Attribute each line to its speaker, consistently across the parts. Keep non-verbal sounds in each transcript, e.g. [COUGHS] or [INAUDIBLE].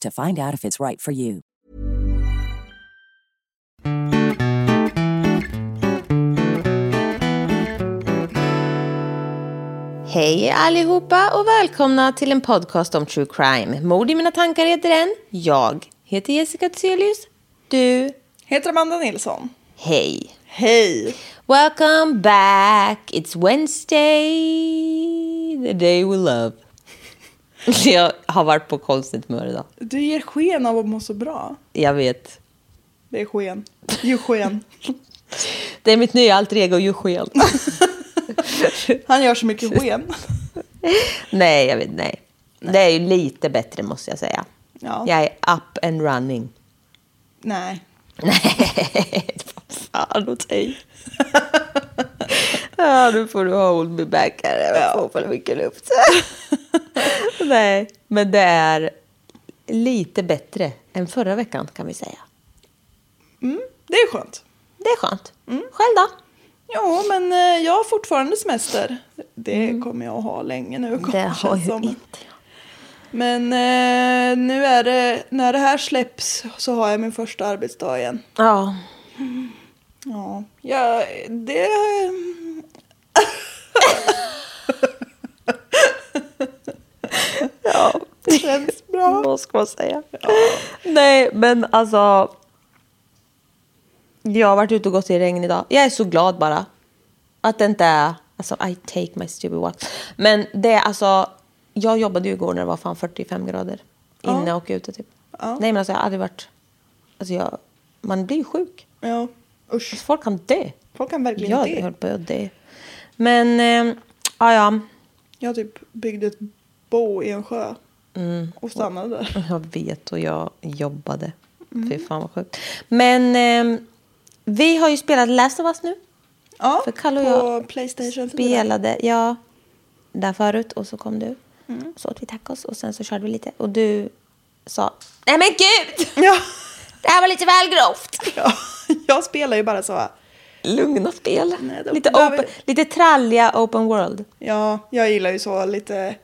Speaker 1: to find out if it's right for you.
Speaker 2: Hej allihopa och välkomna till en podcast om true crime. Mord i mina tankar heter den. Jag heter Jessica Thyselius. Du,
Speaker 3: Heter Amanda Nilsson?
Speaker 2: hej.
Speaker 3: Hej!
Speaker 2: Welcome back. It's Wednesday, the day we love. [LAUGHS] Jag har varit på konstigt humör idag.
Speaker 3: Du ger sken av att må så bra.
Speaker 2: Jag vet.
Speaker 3: Det är sken. Jo, sken.
Speaker 2: Det är mitt nya alter ego, Eugen.
Speaker 3: Han gör så mycket sken.
Speaker 2: [LAUGHS] nej, jag vet nej. Det är ju lite bättre måste jag säga.
Speaker 3: Ja.
Speaker 2: Jag är up and running. [LAUGHS]
Speaker 3: Nej.
Speaker 2: Nej, vad fan åt dig. ja, nu får du ha hold me back här. Jag får för mycket luft. [LAUGHS] Nej, men det är lite bättre än förra veckan kan vi säga.
Speaker 3: Mm, det är skönt.
Speaker 2: Det är skönt. Själv då?
Speaker 3: Jo, men eh, jag har fortfarande semester. Det kommer jag att ha länge nu. kommer
Speaker 2: Det har
Speaker 3: känns
Speaker 2: ju
Speaker 3: som.
Speaker 2: inte
Speaker 3: Men eh, nu är det, när det här släpps så har jag min första arbetsdag igen.
Speaker 2: Ja.
Speaker 3: Ja, ja det... eh,
Speaker 2: [LAUGHS] ja.
Speaker 3: Känns bra.
Speaker 2: Vad ska man säga? Nej, men alltså. Jag har varit ute och gått i regn idag. Jag är så glad bara. Att det inte är... Alltså, I take my stupid walk. Men det är alltså... Jag jobbade ju igår när det var fan 45 grader.
Speaker 3: Ja.
Speaker 2: Inne och ute typ.
Speaker 3: Ja.
Speaker 2: Nej men alltså jag har aldrig varit... Alltså jag... Man blir ju sjuk.
Speaker 3: Ja, usch.
Speaker 2: Alltså, folk kan dö.
Speaker 3: Folk kan verkligen
Speaker 2: Jag
Speaker 3: det.
Speaker 2: höll på att dö. Men... Eh, ja, ja.
Speaker 3: Jag typ byggde ett bo i en sjö.
Speaker 2: Mm.
Speaker 3: Och stannade där.
Speaker 2: Jag vet och jag jobbade.
Speaker 3: Mm.
Speaker 2: Fy fan vad sjukt. Men ehm, vi har ju spelat Last of Us nu.
Speaker 3: Ja,
Speaker 2: För Kalle och
Speaker 3: på
Speaker 2: jag
Speaker 3: Playstation 4.
Speaker 2: Spelade, ja, där förut och så kom du.
Speaker 3: Mm.
Speaker 2: Så åt vi tacos och sen så körde vi lite och du sa Nej men gud!
Speaker 3: Ja. [LAUGHS]
Speaker 2: Det här var lite väl grovt.
Speaker 3: ja, jag spelar ju bara så. här.
Speaker 2: Lugna spel.
Speaker 3: Nej, då
Speaker 2: lite,
Speaker 3: behöver-
Speaker 2: open, lite tralliga open world.
Speaker 3: Ja, jag gillar ju så lite.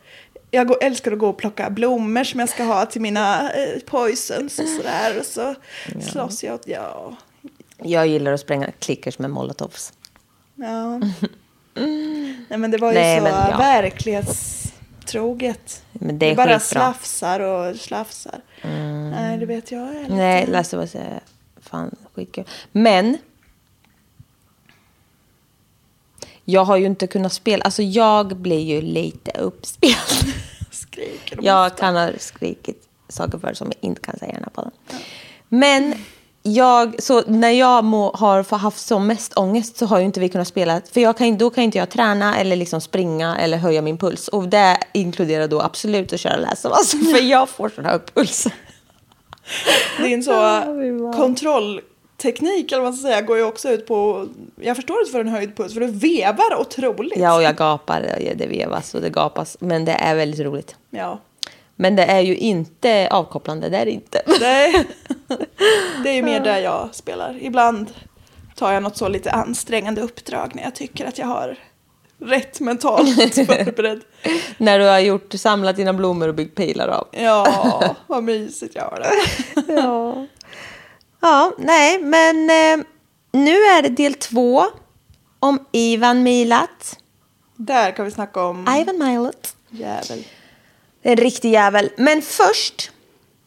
Speaker 3: Jag går, älskar att gå och plocka blommor som jag ska ha till mina eh, poisons och sådär. Och så slåss jag åt, ja.
Speaker 2: Jag gillar att spränga klickers med molotovs.
Speaker 3: ja. Nej men det var ju
Speaker 2: Mm. Nej,
Speaker 3: så
Speaker 2: men ja.
Speaker 3: verklighetstroget.
Speaker 2: Men det är
Speaker 3: bara
Speaker 2: skitbra. Mm.
Speaker 3: slafsar och slafsar. Nej, det vet jag. jag är
Speaker 2: Nej,
Speaker 3: lite-
Speaker 2: Last of Us är fan skitkul. Men. Jag har ju inte kunnat spela. Alltså jag blir ju lite uppspelad.
Speaker 3: Skriker de
Speaker 2: Jag
Speaker 3: ofta.
Speaker 2: kan ha skrikit saker för som jag inte kan säga gärna på den. Men jag, så när jag må, har få- haft som mest ångest så har ju inte vi kunnat spela. För jag kan, då kan inte jag träna eller liksom springa eller höja min puls. Och det inkluderar då absolut att köra Last of Us. För jag får sån här puls.
Speaker 3: Din så
Speaker 2: Ja, vi var-
Speaker 3: kontrollteknik eller vad man ska säga går ju också ut på, jag förstår att du får en höjd puls för du vevar otroligt.
Speaker 2: Ja, och jag gapar. och Det vevas och det gapas. Men det är väldigt roligt.
Speaker 3: Ja.
Speaker 2: Men det är ju inte avkopplande. Det är det inte. [LAUGHS]
Speaker 3: Nej. Det är ju mer där jag spelar. Ibland tar jag något så lite ansträngande uppdrag när jag tycker att jag har rätt mentalt förberedd.
Speaker 2: När du har gjort, samlat dina blommor och byggt pilar av.
Speaker 3: Ja, vad mysigt jag har det.
Speaker 2: Ja, [LAUGHS] ja nej, men eh, nu är det del två om Ivan Milat.
Speaker 3: Där kan vi snacka om
Speaker 2: Ivan Milat.
Speaker 3: jävel.
Speaker 2: En riktig jävel. Men först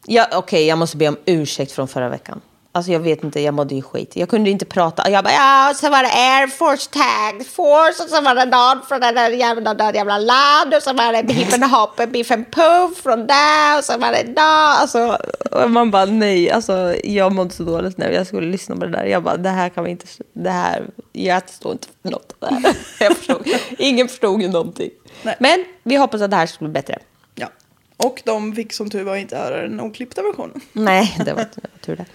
Speaker 2: Ja, Okej, jag måste be om ursäkt från förra veckan. Alltså jag vet inte, jag mådde ju skit. Jag kunde inte prata. Jag bara, ja, och så var det air force tag force och så var det någon från det där jävla, där jävla land och så var det biff and hopp and biff and puff från där och så var det då. Alltså, och man bara nej, alltså jag mådde så dåligt när jag skulle lyssna på det där. Jag bara, det här kan vi inte, det här, jag förstår inte något av det här. [LAUGHS] Jag förstod, ingen förstod ju någonting.
Speaker 3: Nej.
Speaker 2: Men vi hoppas att det här ska bli bättre.
Speaker 3: Ja. Och de fick som tur var inte höra den oklippta versionen.
Speaker 2: Nej, det var, det var tur det.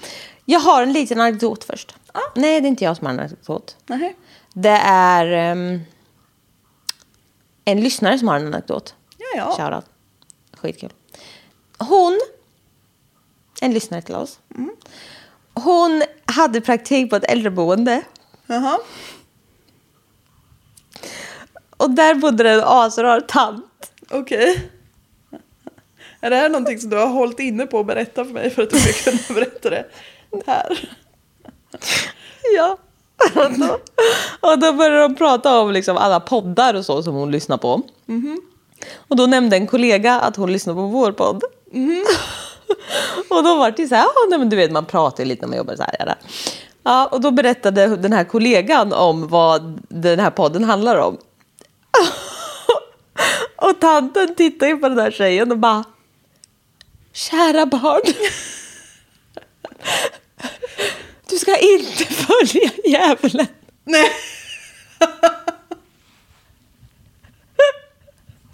Speaker 2: Jag har en liten anekdot först. Nej, det är inte jag som har en anekdot.
Speaker 3: Nej.
Speaker 2: Det är ehm, en lyssnare som har en anekdot.
Speaker 3: Ja, ja.
Speaker 2: Shoutout. Skitkul. Hon, en lyssnare till oss. Hon hade praktik på ett äldreboende.
Speaker 3: Jaha.
Speaker 2: Och där bodde det en asrar tant.
Speaker 3: Okej. Är det här någonting som du har hållit inne på att berätta för mig för att du ska kunna [LAUGHS] berätta det här?
Speaker 2: Ja. [LAUGHS] Och då, och då började de prata om liksom alla poddar och så som hon lyssnar på. Och då nämnde en kollega att hon lyssnar på vår podd. [LAUGHS] och då var det så här, "Ja, nej, men du vet man pratar ju lite när man jobbar så här. Eller? Ja, och då berättade den här kollegan om vad den här podden handlar om. [LAUGHS] och tanten tittar ju på den här tjejen och bara, kära barn. [LAUGHS] Du ska inte följa djävulen.
Speaker 3: Nej. [LAUGHS]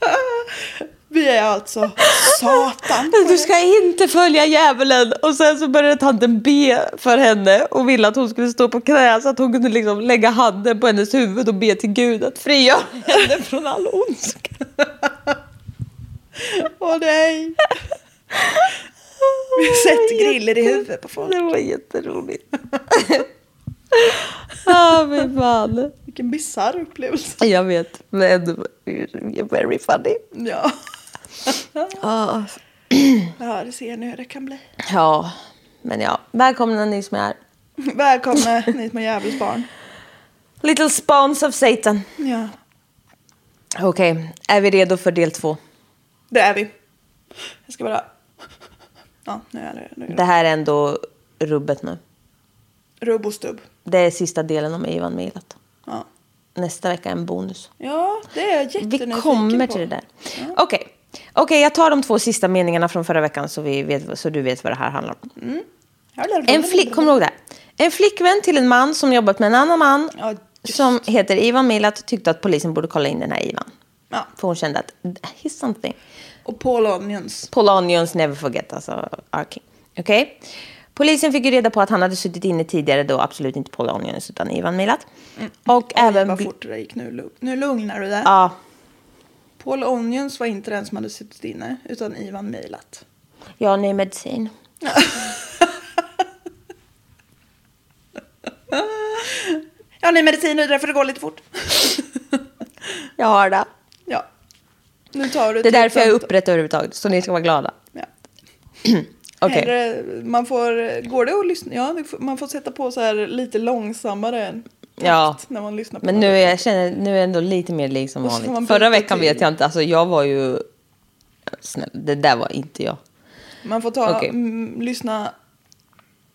Speaker 3: Vi är alltså Satan.
Speaker 2: Du ska inte följa djävulen. Och sen så började tanten be för henne och ville att hon skulle stå på knä så att hon kunde liksom lägga handen på hennes huvud och be till Gud att frigöra henne från all ondska.
Speaker 3: Åh nej. Vi har sett griller i huvudet på folk.
Speaker 2: Det var jätteroligt. [LAUGHS] ah, men fan.
Speaker 3: Vilken bisarr upplevelse.
Speaker 2: Jag vet, men ändå very funny.
Speaker 3: Ja.
Speaker 2: Ah.
Speaker 3: Ja, det ser ni hur det kan bli.
Speaker 2: Ja, men ja. Välkomna ni som är här.
Speaker 3: Välkomna ni små djävulsbarn.
Speaker 2: Little spawns of Satan.
Speaker 3: Ja.
Speaker 2: Okej, är vi redo för del två?
Speaker 3: Det är vi. Jag ska bara... Ja, nu är det... Nu är
Speaker 2: Det
Speaker 3: det.
Speaker 2: här är ändå rubbet nu.
Speaker 3: Rubb och stubb.
Speaker 2: Det är sista delen om Ivan Milat.
Speaker 3: Ja.
Speaker 2: Nästa vecka är en bonus.
Speaker 3: ja, det är jag jättenyfiken
Speaker 2: Vi
Speaker 3: på.
Speaker 2: kommer till det där. Okej, okej, jag tar de två sista meningarna från förra veckan så, vi vet, så du vet vad det här handlar om.
Speaker 3: Mm.
Speaker 2: En flick, kommer du ihåg det? här? En flickvän till en man som jobbat med en annan man
Speaker 3: Ja, just.
Speaker 2: som heter Ivan Milat tyckte att polisen borde kolla in den här Ivan.
Speaker 3: Ja.
Speaker 2: För hon kände att he's something.
Speaker 3: Och Paul Onions.
Speaker 2: Paul Onions never forget, alltså our king. Okej? Polisen fick ju reda på att han hade suttit inne tidigare då, absolut inte Paul Onions utan Ivan Milat. Och även...
Speaker 3: Mm. Vad
Speaker 2: bli-
Speaker 3: fort det där gick nu. lugn- Nu lugnar du dig.
Speaker 2: Ja,
Speaker 3: Paul Onions var inte den som hade suttit inne, utan Ivan Milat.
Speaker 2: jag har ny medicin.
Speaker 3: Ja, nej, medicin nu därför det går lite fort. [LAUGHS]
Speaker 2: Jag har det.
Speaker 3: Ja. Nu tar du
Speaker 2: Det är
Speaker 3: till
Speaker 2: därför jag är
Speaker 3: punkt.
Speaker 2: upprätt överhuvudtaget, så ni ska vara glada.
Speaker 3: Ja.
Speaker 2: [CLEARS THROAT] Okej.
Speaker 3: Hellre, man får, går det att lyssna? Ja, det får- man får sätta på så här lite långsammare än
Speaker 2: Ja.
Speaker 3: takt när man lyssnar på
Speaker 2: Men
Speaker 3: det.
Speaker 2: nu är, jag känner, nu är jag ändå lite mer lik som
Speaker 3: Och så får man
Speaker 2: vanligt.
Speaker 3: byta
Speaker 2: Förra veckan
Speaker 3: till-
Speaker 2: vet jag inte, alltså jag var ju... Snälla, det där var inte jag.
Speaker 3: Man får ta,
Speaker 2: Okej.
Speaker 3: mm, lyssna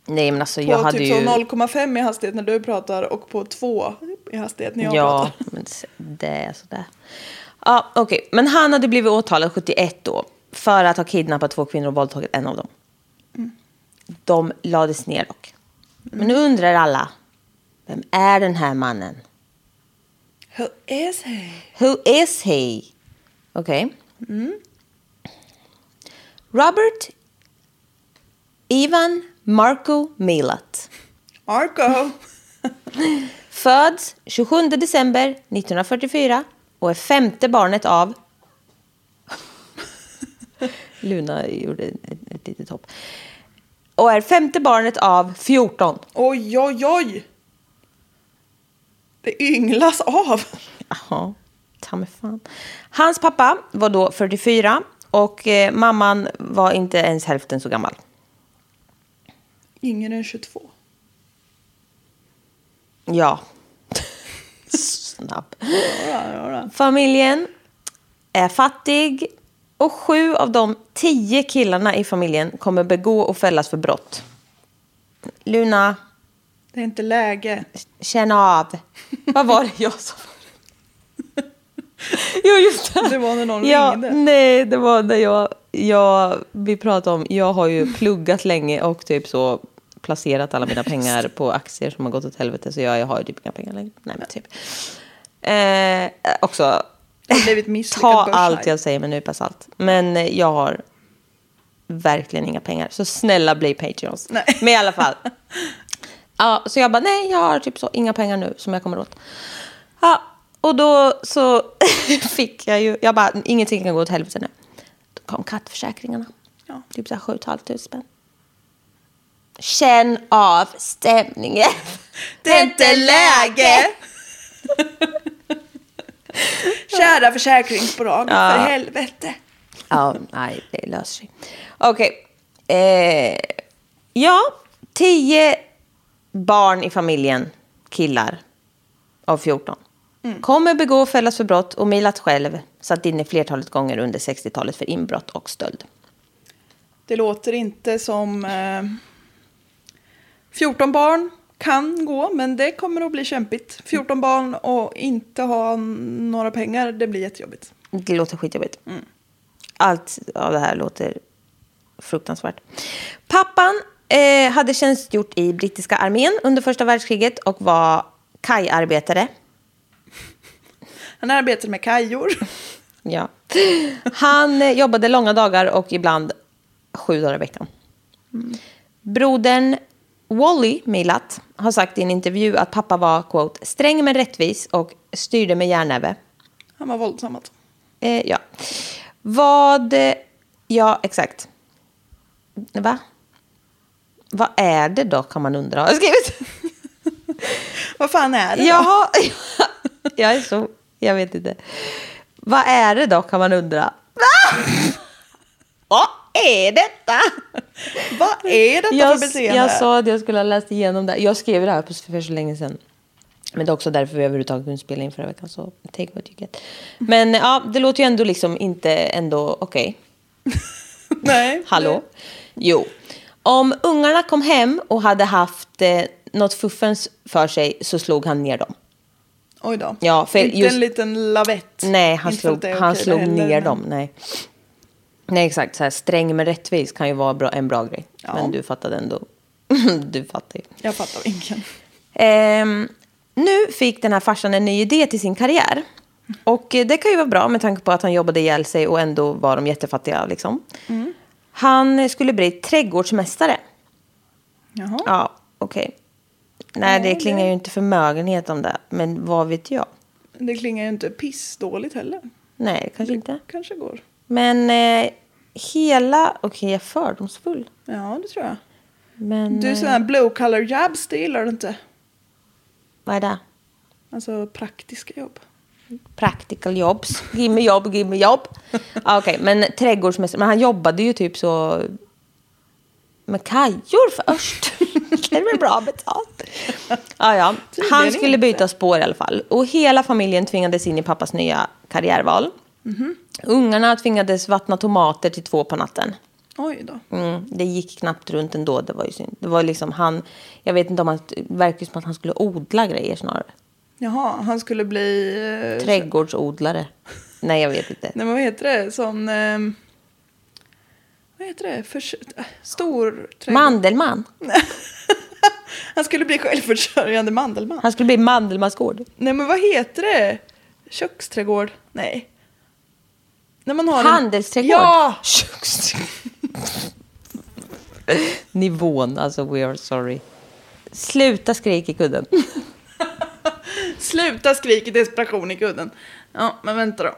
Speaker 2: Nej men alltså
Speaker 3: på
Speaker 2: jag hade
Speaker 3: typ
Speaker 2: ju...
Speaker 3: så 0,5 i hastighet när du pratar och på 2 i hastighet när jag
Speaker 2: ja,
Speaker 3: pratar.
Speaker 2: men s- det är sådär. Ja, okej. Men han hade blivit åtalad 71 då för att ha kidnappat två kvinnor och våldtagit en av dem.
Speaker 3: Mm.
Speaker 2: De lades ner dock. Men nu undrar alla, vem är den här mannen?
Speaker 3: Who is he?
Speaker 2: Who is he? Okej. Robert Ivan Marco Milat.
Speaker 3: Marco.
Speaker 2: Föds 27 december 1944 och är femte barnet av... [LAUGHS] Luna gjorde ett, ett litet hopp. Och är femte barnet av 14.
Speaker 3: Oj, oj, oj. Det ynglas av.
Speaker 2: Jaha, ta mig fan. Hans pappa var då 44 och eh, mamman var inte ens hälften så gammal.
Speaker 3: Yngre än 22.
Speaker 2: Ja. Snabb.
Speaker 3: Ja, ja, ja.
Speaker 2: Familjen är fattig Och sju av de tio killarna i familjen kommer begå och fällas för brott. Luna,
Speaker 3: Det är inte läge.
Speaker 2: känn av. Vad var det jag sa? [LAUGHS] jo, just det.
Speaker 3: Det var när någon
Speaker 2: ja,
Speaker 3: ringde.
Speaker 2: Nej, det var när jag, jag... Vi pratade om... Jag har ju pluggat länge och typ så placerat alla mina pengar på aktier som har gått åt helvete. Så jag, jag har ju typ inga pengar längre. Nej, men typ. Eh, också...
Speaker 3: Det har blivit misslyckad
Speaker 2: Ta
Speaker 3: börshaj.
Speaker 2: allt jag säger med en nypa salt. Men eh, jag har verkligen inga pengar. Så snälla bli Patreons.
Speaker 3: Nej.
Speaker 2: Men i alla fall. Ja, så jag bara, nej, jag har typ så inga pengar nu som jag kommer åt. Ja, och då så [LAUGHS] fick jag ju, jag bara, ingenting kan gå åt helvete nu. Då kom kattförsäkringarna.
Speaker 3: Ja.
Speaker 2: Typ så här 7 500 spänn. Känn av stämningen.
Speaker 3: Det är inte läge!
Speaker 2: [LAUGHS]
Speaker 3: Kära försäkringsbolag,
Speaker 2: Ja.
Speaker 3: för helvete.
Speaker 2: Ja, nej, det löser sig. Okej. Eh, ja, tio barn i familjen, killar av 14, kommer begå och fällas för brott och mejlat själv satt inne flertalet gånger under 60-talet för inbrott och stöld.
Speaker 3: Det låter inte som... Eh, 14 barn kan gå, men det kommer att bli kämpigt. 14 barn och inte ha n- några pengar, det blir jättejobbigt.
Speaker 2: Det låter skitjobbigt. Allt av det här låter fruktansvärt. Pappan eh, hade tjänstgjort i brittiska armén under första världskriget och var kajarbetare.
Speaker 3: Han arbetar med kajor. [LAUGHS]
Speaker 2: Ja. Han eh, jobbade långa dagar och ibland sju dagar i veckan. Brodern Wally Milat har sagt i en intervju att pappa var quote, sträng men rättvis och styrde med järnnäve.
Speaker 3: Han var våldsam alltså.
Speaker 2: Eh, ja. Vad... eh, Ja, exakt. Va? Vad är det då, kan man undra. Har jag skrivit?
Speaker 3: Vad fan är det då?
Speaker 2: Jaha, [LAUGHS] jag är så... Jag vet inte. Vad är det då, kan man undra. Va? Vad är detta?
Speaker 3: Vad är detta
Speaker 2: Jag,
Speaker 3: för beteende?
Speaker 2: jag sa att jag skulle ha läst igenom det. här. Jag skrev det här på- för så länge sedan. Men det är också därför vi överhuvudtaget kunde spela in förra veckan. Så take what you get. Men ja, det låter ju ändå liksom inte ändå okej.
Speaker 3: [LAUGHS] Nej.
Speaker 2: Hallå? Jo. Om ungarna kom hem och hade haft eh, något fuffens för sig så slog han ner dem.
Speaker 3: Oj då.
Speaker 2: Ja, för
Speaker 3: inte
Speaker 2: just-
Speaker 3: en liten lavett.
Speaker 2: Nej, han
Speaker 3: Inte för
Speaker 2: slog,
Speaker 3: att det är
Speaker 2: han
Speaker 3: okej
Speaker 2: slog
Speaker 3: det heller,
Speaker 2: ner
Speaker 3: men-
Speaker 2: dem. Nej. Nej, exakt. Så här, sträng men rättvis kan ju vara bra, en bra grej.
Speaker 3: Ja.
Speaker 2: Men du fattade ändå. [LAUGHS] du fattar ju.
Speaker 3: Jag fattar ingen.
Speaker 2: Ehm, nu fick den här farsan en ny idé till sin karriär. Och eh, det kan ju vara bra med tanke på att han jobbade ihjäl sig och ändå var de jättefattiga. Liksom.
Speaker 3: Mm.
Speaker 2: Han skulle bli trädgårdsmästare.
Speaker 3: Jaha.
Speaker 2: Ja, okej. Nej,
Speaker 3: Ja,
Speaker 2: det
Speaker 3: det-
Speaker 2: klingar ju inte förmögenhet om det. Men vad vet jag?
Speaker 3: Det klingar ju inte pissdåligt heller.
Speaker 2: Nej, kanske inte.
Speaker 3: Kanske går.
Speaker 2: Men eh, hela... Okej, jag är fördomsfull.
Speaker 3: Ja, det tror jag.
Speaker 2: Men eh,
Speaker 3: Du, sådana här blue collar jobs, det gillar du inte.
Speaker 2: vad är det?
Speaker 3: Alltså praktiska jobb.
Speaker 2: Practical jobs. Gimme jobb, gimme jobb. Ja, okej, men trädgårdsmästare. Men han jobbade ju typ så med kajor först. [LAUGHS] Det är väl bra betalt. Ja, ja. Han
Speaker 3: Tydligen
Speaker 2: skulle
Speaker 3: inte.
Speaker 2: byta spår i alla fall. Och hela familjen tvingades in i pappas nya karriärval.
Speaker 3: Mhm.
Speaker 2: Ungarna tvingades vattna tomater till två på natten.
Speaker 3: Oj då.
Speaker 2: Mm, det gick knappt runt ändå. Det var ju synd. Det var liksom han... Jag vet inte om han... Det verkar ju som att han skulle odla grejer snarare.
Speaker 3: Jaha, han skulle bli... eh,
Speaker 2: Trädgårdsodlare. Nej, jag vet inte.
Speaker 3: Nej men vad heter det? Sån... ehm, vad heter det? Förs- äh, stor... [LAUGHS] trädgård.
Speaker 2: Mandelman.
Speaker 3: [LAUGHS] Han skulle bli självförsörjande mandelman.
Speaker 2: Han skulle bli Mandelmansgård.
Speaker 3: Nej men vad heter det? Köksträdgård? Nej. När man har en...
Speaker 2: Handelsträdgård.
Speaker 3: Ja!
Speaker 2: Köksträdgård. Nivån, alltså we are sorry. Sluta skrik i kudden. [LAUGHS]
Speaker 3: Sluta skrik i desperation i kudden. Ja, men vänta då.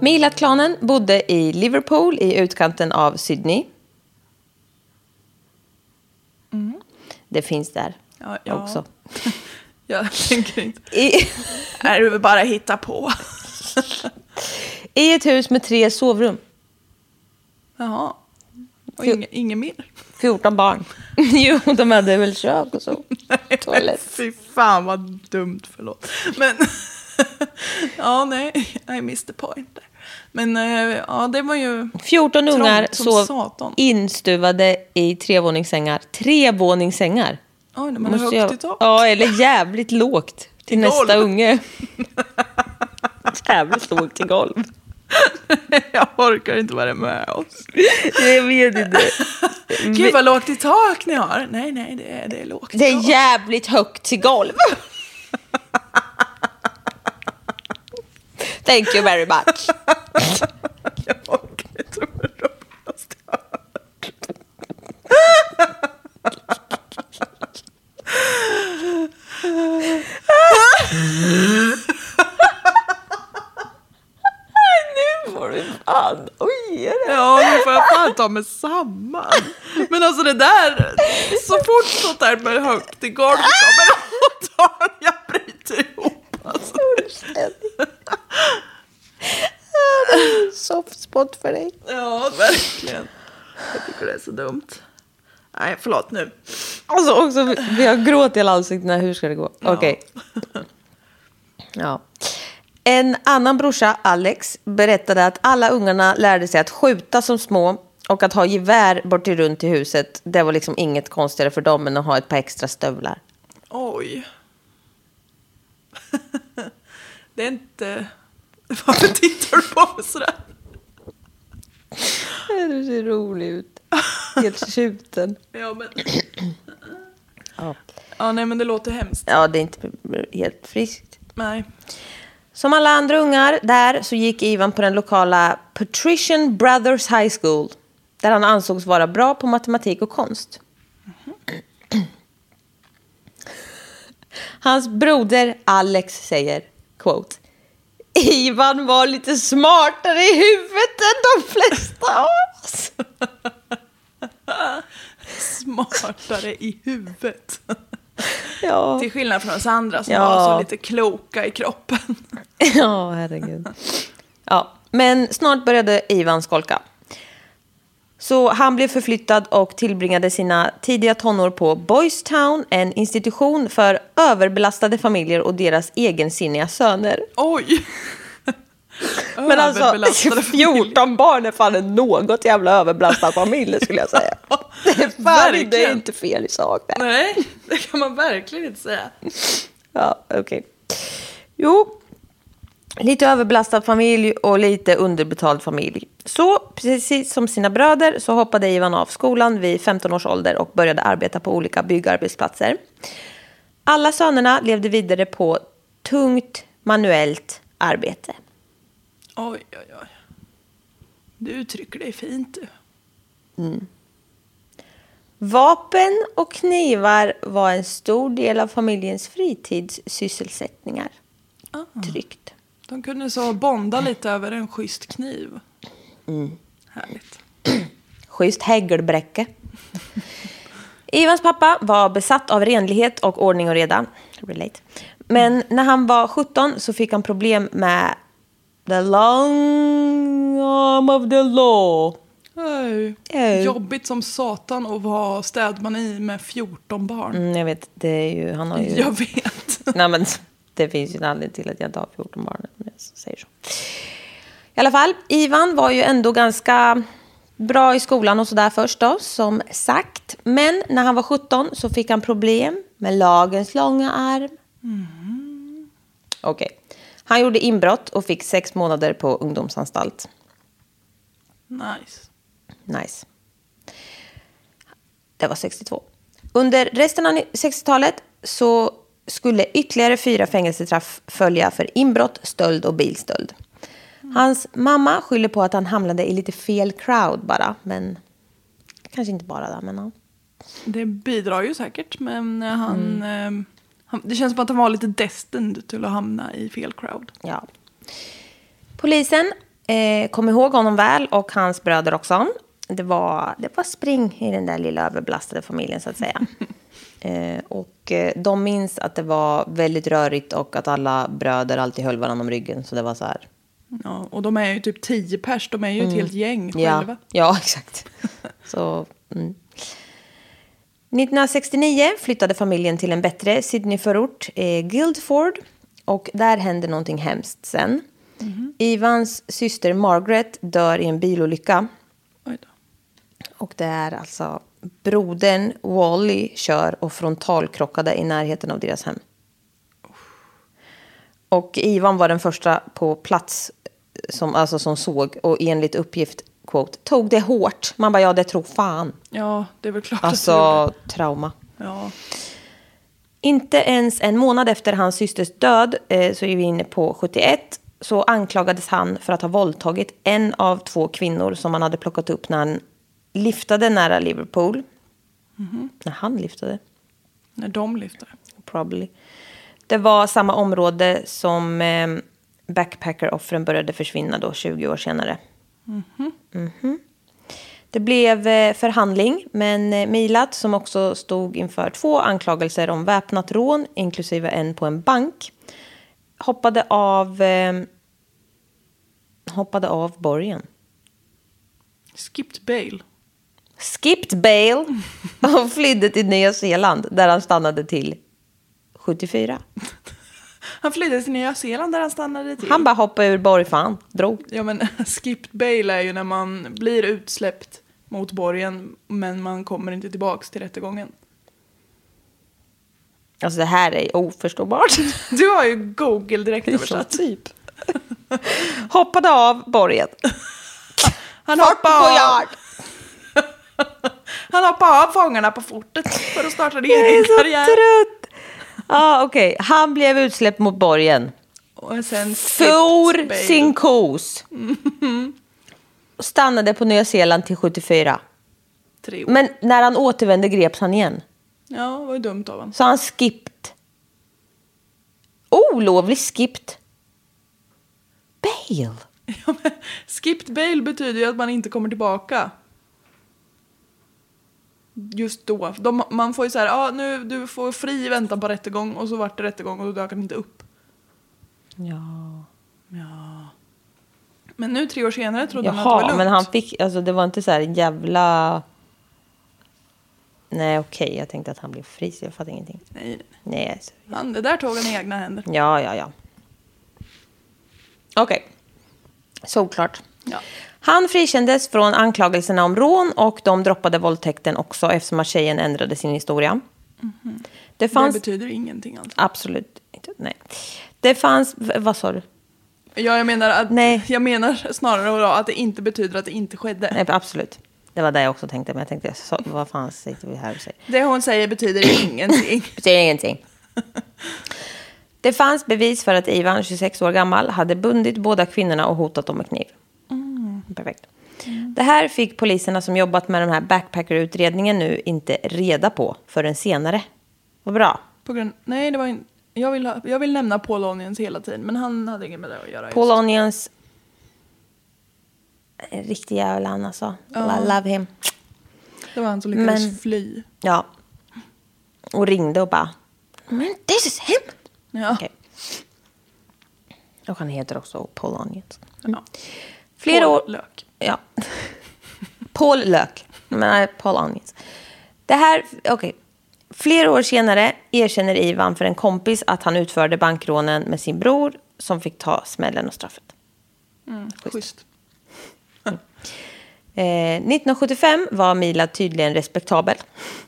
Speaker 2: Milat-klanen bodde i Liverpool i utkanten av Sydney. Det finns där
Speaker 3: Mm. Ja, ja.
Speaker 2: också.
Speaker 3: [LAUGHS] Jag tänker inte.
Speaker 2: I, [LAUGHS]
Speaker 3: Nej, du vill bara hitta på.
Speaker 2: I ett hus med tre sovrum.
Speaker 3: Jaha. Och inge, inget mer?
Speaker 2: 14 barn. [LAUGHS] jo, de hade väl [LAUGHS]
Speaker 3: [LAUGHS]
Speaker 2: kök och så. Toalett.
Speaker 3: Fy fan vad dumt, förlåt. Men [LAUGHS] ja, nej, I missed the point. there. Men eh, ja, det var ju
Speaker 2: 14 ungar
Speaker 3: trångt som
Speaker 2: sov
Speaker 3: satan.
Speaker 2: instuvade i trevåningssängar. Trevåningssängar!
Speaker 3: Oj, när man har högt
Speaker 2: jag-
Speaker 3: i tak.
Speaker 2: Ja, eller jävligt [LAUGHS] lågt. Till
Speaker 3: Till
Speaker 2: nästa
Speaker 3: golv.
Speaker 2: unge. [LAUGHS] jävligt lågt till [LAUGHS] golv.
Speaker 3: [LAUGHS] jag orkar inte vara med oss.
Speaker 2: Jag vet inte.
Speaker 3: Gud vad lågt i tak ni har. Nej, nej, det är, det är lågt. i
Speaker 2: Det är
Speaker 3: tak.
Speaker 2: jävligt högt till [LAUGHS] golv. Thank you very [LAUGHS] much.
Speaker 3: Jag orkar inte vara roligast.
Speaker 2: Nu får du fan oj, är det-
Speaker 3: Ja, nu får jag fan ta mig samman. Men alltså det där, så fort sånt där med högt i golv kommer och tar, jag bryter ihop. Alltså.
Speaker 2: Soft spot för dig.
Speaker 3: Ja, verkligen. Jag tycker det är så dumt. Nej, förlåt nu.
Speaker 2: Alltså också, vi har gråt i hela ansiktet. Nej, Hur ska det gå? Okej. Ja. En annan brorsa, Alex, berättade att alla ungarna lärde sig att skjuta som små och att ha gevär bort till runt i huset. Det var liksom inget konstigare för dem än att ha ett par extra stövlar.
Speaker 3: Oj. [LAUGHS] Det är inte... Varför tittar du på mig sådär?
Speaker 2: Du ser rolig ut. Helt [LAUGHS] tjuten.
Speaker 3: Ja, men...
Speaker 2: Ja.
Speaker 3: Ja, nej, men det låter hemskt.
Speaker 2: ja, det är inte helt friskt.
Speaker 3: Nej.
Speaker 2: Som alla andra ungar där så gick Ivan på den lokala Patrician Brothers High School. Där han ansågs vara bra på matematik och konst. [CLEARS THROAT] Hans broder Alex säger, quote. Ivan var lite smartare i huvudet än de flesta av oss.
Speaker 3: Smartare i huvudet.
Speaker 2: [LAUGHS] Ja.
Speaker 3: Till skillnad från oss andra som
Speaker 2: Ja.
Speaker 3: var så lite kloka i kroppen. [LAUGHS]
Speaker 2: [LAUGHS] Ja, herregud. Ja, men snart började Ivan skolka. Så han blev förflyttad och tillbringade sina tidiga tonår på Boys Town, en institution för överbelastade familjer och deras egensinniga söner.
Speaker 3: Oj!
Speaker 2: [LAUGHS] Men alltså, [LAUGHS]
Speaker 3: Överbelastade familj.
Speaker 2: 14 barn är fan en något jävla överbelastad familj skulle jag
Speaker 3: [LAUGHS]
Speaker 2: säga. Det är fan, det är
Speaker 3: Verkligen.
Speaker 2: inte fel i sak där.
Speaker 3: Nej, det kan man verkligen inte säga.
Speaker 2: Ja, okej. Jo, lite överbelastad familj och lite underbetald familj. Så precis som sina bröder så hoppade Ivan av skolan vid 15 års ålder och började arbeta på olika byggarbetsplatser. Alla sönerna levde vidare på tungt manuellt arbete.
Speaker 3: Oj, oj, oj. Du uttrycker dig fint du.
Speaker 2: Vapen och knivar var en stor del av familjens fritidssysselsättningar. Tryggt.
Speaker 3: De kunde så bonda lite över en schysst kniv.
Speaker 2: Mm.
Speaker 3: Härligt.
Speaker 2: Schysst hägelbräcke. Ivans pappa var besatt av renlighet och ordning och reda. Relate. Men när han var 17 så fick han problem med the long arm of the law.
Speaker 3: Oj.
Speaker 2: Oj.
Speaker 3: Jobbigt som satan att vara städmani med 14 barn.
Speaker 2: Mm, jag vet, det är ju, han har ju...
Speaker 3: Jag vet.
Speaker 2: [LAUGHS]
Speaker 3: [LAUGHS]
Speaker 2: Nej, men det finns ju en anledning till att jag inte har 14 barn. om jag Säger så. I alla fall, Ivan var ju ändå ganska bra i skolan och sådär först då, som sagt. Men när han var 17 så fick han problem med lagens långa arm. Okej. Han gjorde inbrott och fick sex månader på ungdomsanstalt.
Speaker 3: Nice.
Speaker 2: Nice. Det var 62. Under resten av ni- 60-talet så skulle ytterligare fyra fängelsestraff följa för inbrott, stöld och bilstöld. Hans mamma skyller på att han hamnade i lite fel crowd bara, men kanske inte bara där, men ja.
Speaker 3: Det bidrar ju säkert, men eh, han,
Speaker 2: Mm.
Speaker 3: eh, han... Det känns som att han var lite destined till att hamna i fel crowd.
Speaker 2: Ja. Polisen eh, kom ihåg honom väl och hans bröder också. Det var, det var spring i den där lilla överbelastade familjen så att säga. eh, och eh, de minns att det var väldigt rörigt och att alla bröder alltid höll varandra om ryggen. Så det var så här.
Speaker 3: Ja, och de är ju typ 10 pers, de är ju ett helt gäng
Speaker 2: Mm. Ja,
Speaker 3: själva.
Speaker 2: ja [LAUGHS] exakt. Så, mm. 1969 flyttade familjen till en bättre Sydneyförort, eh, Guildford. Och där händer någonting hemskt sen.
Speaker 3: Mhm.
Speaker 2: Ivans syster Margaret dör i en bilolycka.
Speaker 3: Oj då.
Speaker 2: Och det är alltså brodern Wally kör och frontalkrockade i närheten av deras hem. Och Ivan var den första på plats som, alltså, som såg och enligt uppgift quote, tog det hårt. Man bara ja det tror fan.
Speaker 3: Ja, det är väl klart att
Speaker 2: Alltså trauma.
Speaker 3: det gjorde. Ja.
Speaker 2: Inte ens en månad efter hans systers död, eh, så är vi inne på 71, så anklagades han för att ha våldtagit en av två kvinnor som han hade plockat upp när han lyftade nära Liverpool. När han lyftade,
Speaker 3: När de lyfter.
Speaker 2: probably. Det var samma område som eh, backpacker-offren började försvinna då 20 år senare. Mhm. Det blev eh, förhandling, men eh, Milat som också stod inför två anklagelser om väpnat rån, inklusive en på en bank, hoppade av, eh, hoppade av borgen.
Speaker 3: Skipped bail.
Speaker 2: Skipped bail och flydde till Nya Zeeland där han stannade till 74.
Speaker 3: Han flydde till Nya Zeeland där han stannade till.
Speaker 2: Han bara hoppade ur borg, fan, drog.
Speaker 3: Ja men [LAUGHS] skipped bail är ju när man blir utsläppt mot borgen men man kommer inte tillbaks till rättegången.
Speaker 2: Alltså det här är oförståbart. [LAUGHS]
Speaker 3: Du har ju Google direkt översatt.
Speaker 2: typ. Hoppade av borgen.
Speaker 3: Han
Speaker 2: Fart på
Speaker 3: hoppade av,
Speaker 2: yard.
Speaker 3: han hoppade av fångarna på fortet för att starta en
Speaker 2: [LAUGHS] Jag
Speaker 3: egen
Speaker 2: är så
Speaker 3: karriär.
Speaker 2: trött. Ja, okej. Han blev utsläppt mot borgen.
Speaker 3: Och sen skipped
Speaker 2: For
Speaker 3: bail.
Speaker 2: sin kos. Stannade på Nya Zeeland till 74.
Speaker 3: Tre år.
Speaker 2: Men när han återvände greps han igen.
Speaker 3: Ja, det var ju dumt av honom. [LAUGHS]
Speaker 2: Så han skippt. Olovlig skippt. Bail.
Speaker 3: Ja, men skipped bail betyder ju att man inte kommer tillbaka. Just då. De, man får ju så här, ja nu du får fri väntan på rättegång och så vart det rättegång och då dök han inte upp.
Speaker 2: Ja.
Speaker 3: Men nu tre år senare trodde han att det var
Speaker 2: Jaha,
Speaker 3: lugnt.
Speaker 2: men han fick, alltså det var inte så här en jävla... Nej, okej, jag tänkte att han blev fri, så jag fattar ingenting.
Speaker 3: Nej, nej, nej.
Speaker 2: Nej, alltså.
Speaker 3: han, det där tog han i egna händer.
Speaker 2: ja, ja, ja. Okej, solklart.
Speaker 3: Ja.
Speaker 2: Han frikändes från anklagelserna om rån och de droppade våldtäkten också eftersom att tjejen ändrade sin historia. Det fanns...
Speaker 3: Mhm. Det betyder ingenting alls.
Speaker 2: absolut inte, nej. Det fanns, v- vad sa du?
Speaker 3: Ja, jag menar, att,
Speaker 2: Nej.
Speaker 3: jag menar snarare då att det inte betyder att det inte skedde.
Speaker 2: Nej, absolut. Det var det jag också tänkte, men jag tänkte, så, vad fan sitter vi här och säger?
Speaker 3: Det hon
Speaker 2: [COUGHS]
Speaker 3: säger betyder ingenting.
Speaker 2: betyder ingenting. Det fanns bevis för att Ivan, 26 år gammal, hade bundit båda kvinnorna och hotat dem med kniv.
Speaker 3: Mm.
Speaker 2: Perfekt. Det här fick poliserna som jobbat med den här backpacker-utredningen nu inte reda på förrän senare. Vad bra.
Speaker 3: På grund, nej, det var inte... Jag vill, ha- jag vill nämna Paul Onions hela tiden, men han hade inget med det att göra. just.
Speaker 2: Paul Onions... En riktig jävel han alltså.
Speaker 3: Ja.
Speaker 2: I love him.
Speaker 3: Det var han som lyckades
Speaker 2: Men-
Speaker 3: fly.
Speaker 2: Ja. Och ringde och bara... Men this is him!
Speaker 3: Ja.
Speaker 2: Okej. Och han heter också Paul Onions.
Speaker 3: ja.
Speaker 2: Mm. Flera
Speaker 3: Paul
Speaker 2: år...
Speaker 3: Lök.
Speaker 2: Ja. Paul Lök. Men Paul Onions. Det här, okej. Flera år senare erkänner Ivan för en kompis att han utförde bankrånen med sin bror som fick ta smällen och straffet.
Speaker 3: Mm, Schysst.
Speaker 2: Eh, 1975 var Mila tydligen respektabel.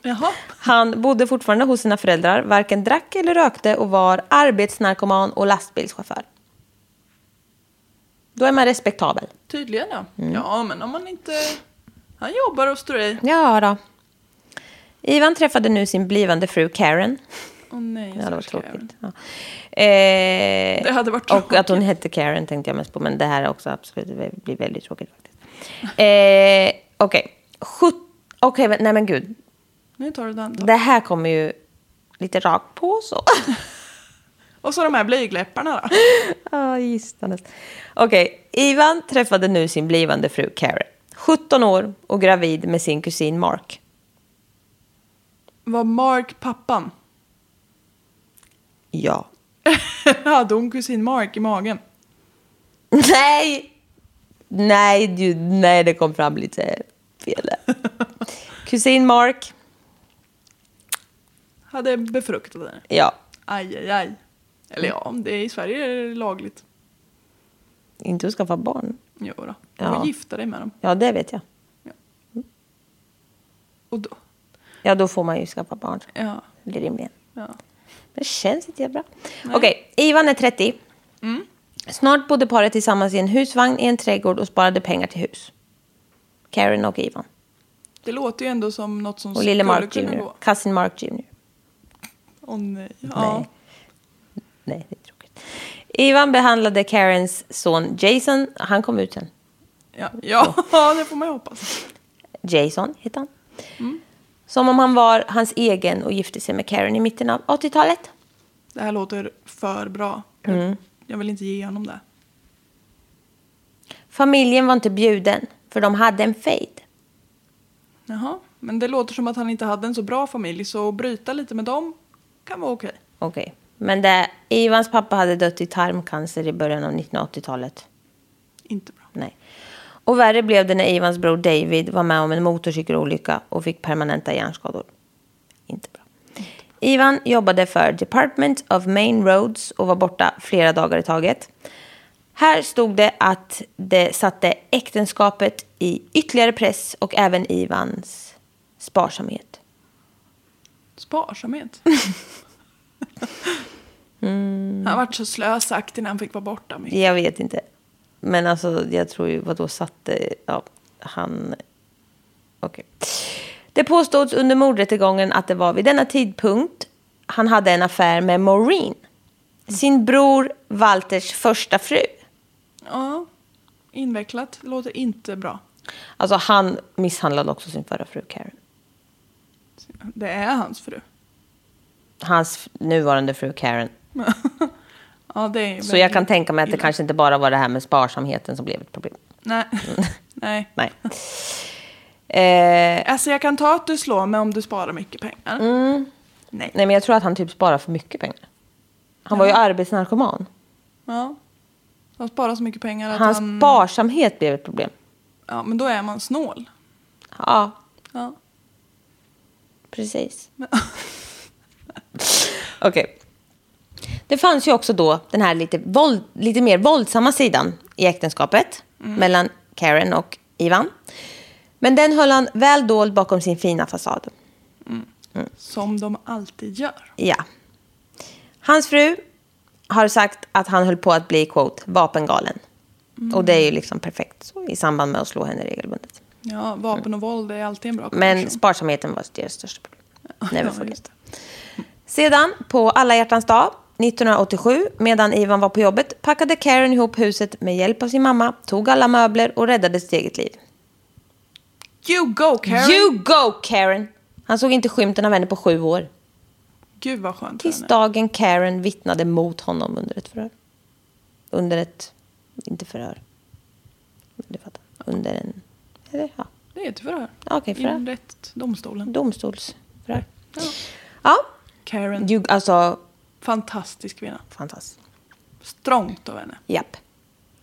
Speaker 3: Jaha.
Speaker 2: Han bodde fortfarande hos sina föräldrar, varken drack eller rökte och var arbetsnarkoman och lastbilschaufför. Då är man respektabel.
Speaker 3: Tydligen ja.
Speaker 2: Mm.
Speaker 3: Ja, men om man inte... Han jobbar och står i.
Speaker 2: Ja då. Ivan träffade nu sin blivande fru Karen.
Speaker 3: Åh nej,
Speaker 2: Ja, det var
Speaker 3: stackars Karen.
Speaker 2: tråkigt. Ja. Eh,
Speaker 3: Det hade varit
Speaker 2: Och att hon hette Karen tänkte jag mest på, men det här är också absolut, det blir väldigt tråkigt
Speaker 3: [LAUGHS]
Speaker 2: faktiskt. Eh, Okej, Sjut- okej, men nej men gud.
Speaker 3: Nu tar du den.
Speaker 2: Det här kommer ju lite rakt på så. [LAUGHS]
Speaker 3: Och så de här blygläpparna då.
Speaker 2: ah, gistandes. Okej, Ivan träffade nu sin blivande fru Karen. 17 år och gravid med sin kusin Mark.
Speaker 3: Var Mark pappan? [LAUGHS]
Speaker 2: Ja. [LAUGHS]
Speaker 3: Hade hon kusin Mark i magen?
Speaker 2: Nej! Nej, du, nej, det kom fram lite fel
Speaker 3: [LAUGHS]
Speaker 2: där. Kusin Mark.
Speaker 3: Hade befruktat henne?
Speaker 2: Ja.
Speaker 3: Aj, aj, aj. Eller ja, om det är i Sverige är det lagligt.
Speaker 2: Inte att skaffa barn.
Speaker 3: Jo då. Du
Speaker 2: Ja.
Speaker 3: får gifta dig med dem.
Speaker 2: Ja, det vet jag.
Speaker 3: Och då,
Speaker 2: Ja, då får man ju skaffa barn.
Speaker 3: ja,
Speaker 2: Det blir rimligen.
Speaker 3: ja.
Speaker 2: Det känns inte jävla bra. Okej, Ivan är 30.
Speaker 3: Mm.
Speaker 2: Snart bodde paret tillsammans i en husvagn i en trädgård och sparade pengar till hus. Karen och Ivan.
Speaker 3: Det låter ju ändå som något som
Speaker 2: Och lille Mark
Speaker 3: skulle kunna
Speaker 2: Jr.
Speaker 3: gå.
Speaker 2: Cousin Mark Jr.
Speaker 3: Åh nej. Ja.
Speaker 2: Nej. Nej, det är tråkigt. Ivan behandlade Karens son Jason. Han kom ut sen.
Speaker 3: Ja, ja [LAUGHS] det får man ju hoppas.
Speaker 2: Jason hette han.
Speaker 3: Mm.
Speaker 2: Som om han var hans egen och gifte sig med Karen i mitten av 80-talet.
Speaker 3: Det här låter för bra.
Speaker 2: Mm.
Speaker 3: Jag, jag vill inte ge honom det.
Speaker 2: Familjen var inte bjuden, för de hade en fejd.
Speaker 3: Jaha, men det låter som att han inte hade en så bra familj så att bryta lite med dem kan vara okej.
Speaker 2: Okej. Men det, Ivans pappa hade dött i tarmcancer i början av 1980-talet.
Speaker 3: Inte bra.
Speaker 2: Nej. Och värre blev det när Ivans bror David var med om en motorcykelolycka och fick permanenta hjärnskador. Inte bra. Ivan jobbade för Department of Main Roads och var borta flera dagar i taget. Här stod det att det satte äktenskapet i ytterligare press och även Ivans sparsamhet. [LAUGHS]
Speaker 3: Sparsamhet.
Speaker 2: Mm.
Speaker 3: Han vart så slösaktig när han fick vara borta mycket.
Speaker 2: Jag vet inte. Men alltså, jag tror ju, vadå satte, ja, han... Okej. Det påstods under mordrättegången att det var vid denna tidpunkt han hade en affär med Maureen. Sin bror Walters första fru.
Speaker 3: Ja, invecklat. Det låter inte bra.
Speaker 2: Alltså han misshandlade också sin förra fru Karen.
Speaker 3: Det är hans fru.
Speaker 2: Hans f- nuvarande fru Karen.
Speaker 3: [LAUGHS] Ja, det är
Speaker 2: Så jag kan
Speaker 3: väldigt
Speaker 2: tänka mig att det
Speaker 3: illa.
Speaker 2: kanske inte bara var det här med sparsamheten som blev ett problem.
Speaker 3: Nej.
Speaker 2: [LAUGHS]
Speaker 3: Nej.
Speaker 2: Nej. Eh,
Speaker 3: Alltså jag kan ta att du slår mig om du sparar mycket pengar. Nej.
Speaker 2: Mm. nej men jag tror att han typ sparar för mycket pengar. Han var ju arbetsnarkoman.
Speaker 3: Ja. Han sparar så mycket pengar att
Speaker 2: Hans
Speaker 3: han...
Speaker 2: sparsamhet blev ett problem.
Speaker 3: Ja, men då är man snål.
Speaker 2: Ja,
Speaker 3: Ja.
Speaker 2: precis. [LAUGHS] Okej. Det fanns ju också då den här lite, våld, lite mer våldsamma sidan i äktenskapet
Speaker 3: Mm.
Speaker 2: mellan Karen och Ivan. Men den höll han väl dold bakom sin fina fasad.
Speaker 3: Som de alltid gör.
Speaker 2: Ja. Hans fru har sagt att han höll på att bli, quote, vapengalen. Och det är
Speaker 3: Mm.
Speaker 2: ju liksom perfekt så, i samband med att slå henne regelbundet.
Speaker 3: Ja, vapen och våld är alltid en bra
Speaker 2: Mm. Men
Speaker 3: kombination.
Speaker 2: sparsamheten var deras största problem. När vi
Speaker 3: [LAUGHS] Ja,
Speaker 2: får
Speaker 3: just
Speaker 2: det. Sedan, på alla hjärtans dag 1987, medan Ivan var på jobbet, packade Karen ihop huset med hjälp av sin mamma, tog alla möbler och räddade sitt eget liv.
Speaker 3: You go Karen!
Speaker 2: You go Karen! Han såg inte skymten av henne på sju år.
Speaker 3: Gud vad skönt
Speaker 2: Tills
Speaker 3: det är.
Speaker 2: dagen Karen vittnade mot honom under ett förhör. Under ett... Inte förhör. Men Du fattar. Under en... Eller, ja.
Speaker 3: Det är ett förhör.
Speaker 2: Ja, okej, förhör.
Speaker 3: Inrätt
Speaker 2: Mm.
Speaker 3: domstolen.
Speaker 2: Domstolsförhör.
Speaker 3: Ja.
Speaker 2: Ja.
Speaker 3: Karen,
Speaker 2: You, alltså,
Speaker 3: fantastisk kvinna.
Speaker 2: fantastiskt.
Speaker 3: Strångt av henne.
Speaker 2: Japp.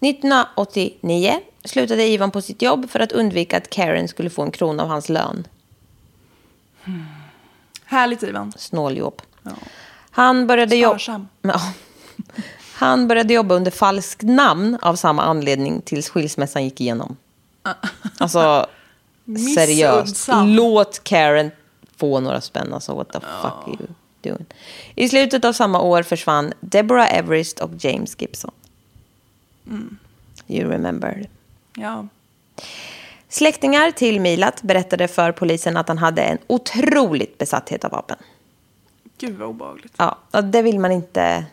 Speaker 2: 1989 slutade Ivan på sitt jobb för att undvika att Karen skulle få en krona av hans lön.
Speaker 3: Härligt Ivan.
Speaker 2: Snåljobb.
Speaker 3: Ja.
Speaker 2: Han började, jo-
Speaker 3: Sparsam.
Speaker 2: Ja. Han började jobba under falskt namn av samma anledning tills skilsmässan gick igenom. Alltså, seriöst.
Speaker 3: Missundsam.
Speaker 2: Låt Karen få några spänn. Alltså, what the fuck are you doing? I slutet av samma år försvann Deborah Everest och James Gibson. You remember.
Speaker 3: Ja.
Speaker 2: Släktingar till Milat berättade för polisen att han hade en otroligt besatthet av vapen.
Speaker 3: Gud vad obehagligt.
Speaker 2: Ja, och det vill man inte...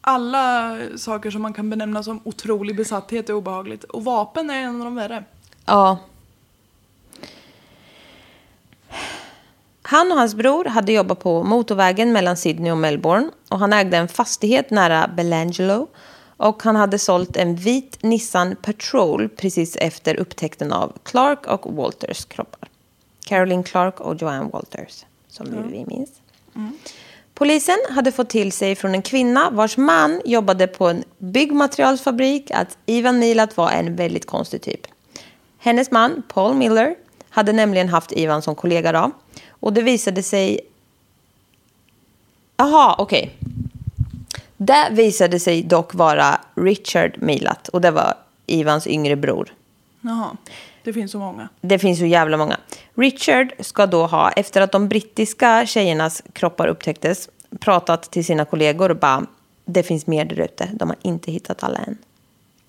Speaker 3: Alla saker som man kan benämna som otrolig besatthet är obehagligt. Och vapen är en av de värre.
Speaker 2: Ja. Han och hans bror hade jobbat på motorvägen mellan Sydney och Melbourne och han ägde en fastighet nära Belangelo och han hade sålt en vit Nissan Patrol precis efter upptäckten av Clark och Walters kroppar. Caroline Clark och Joanne Walters, som ju vi minns. Polisen hade fått till sig från en kvinna vars man jobbade på en byggmaterialsfabrik att Ivan Milat var en väldigt konstig typ. Hennes man, Paul Miller, hade nämligen haft Ivan som kollega då. Och det visade sig... Aha, okej. Det visade sig dock vara Richard Milat och det var Ivans yngre bror.
Speaker 3: Jaha, det finns så många.
Speaker 2: Det finns ju jävla många. Richard ska då ha, efter att de brittiska tjejernas kroppar upptäcktes, pratat till sina kollegor och bara det finns mer där ute. De har inte hittat alla än.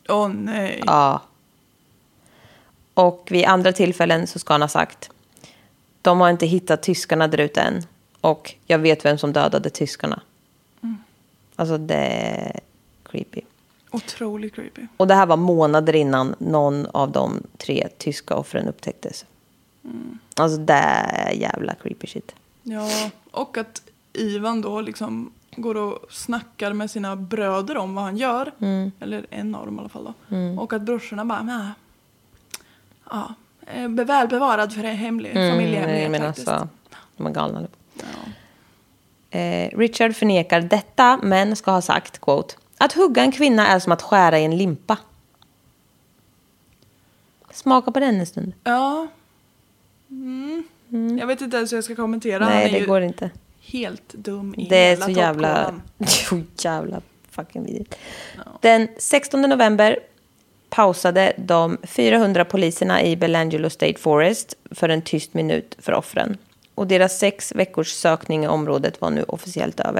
Speaker 3: Åh nej.
Speaker 2: Ja. Och vid andra tillfällen så ska han ha sagt de har inte hittat tyskarna där ute än och jag vet vem som dödade tyskarna. Alltså det är creepy.
Speaker 3: Otroligt creepy.
Speaker 2: Och det här var månader innan någon av de tre tyska offren upptäcktes.
Speaker 3: Mm.
Speaker 2: Alltså det är jävla creepy shit.
Speaker 3: Ja, och att Ivan då liksom går och snackar med sina bröder om vad han gör.
Speaker 2: Mm.
Speaker 3: Eller en av dem i alla fall då. Och att brorsorna bara, "Nä, ja, eh, be- väl bevarad för det är hemlig
Speaker 2: Mm,
Speaker 3: familjehemlighet
Speaker 2: men
Speaker 3: faktiskt.
Speaker 2: alltså, de är galna allihop.
Speaker 3: Ja.
Speaker 2: Eh, Richard förnekar detta men ska ha sagt, quote, att hugga en kvinna är som att skära i en limpa. Smaka på den en stund.
Speaker 3: ja. Mm. Jag vet inte ens hur jag ska kommentera. han
Speaker 2: Nej,
Speaker 3: är
Speaker 2: det
Speaker 3: ju
Speaker 2: går inte.
Speaker 3: helt dum i
Speaker 2: Det är
Speaker 3: hela
Speaker 2: så jävla...
Speaker 3: toppkåpan.
Speaker 2: [LAUGHS] Jo, jävla fucking vidrigt. Den 16 november pausade de 400 poliserna i Belangelo State Forest för en tyst minut för offren. Och deras sex veckors sökning i området var nu officiellt över.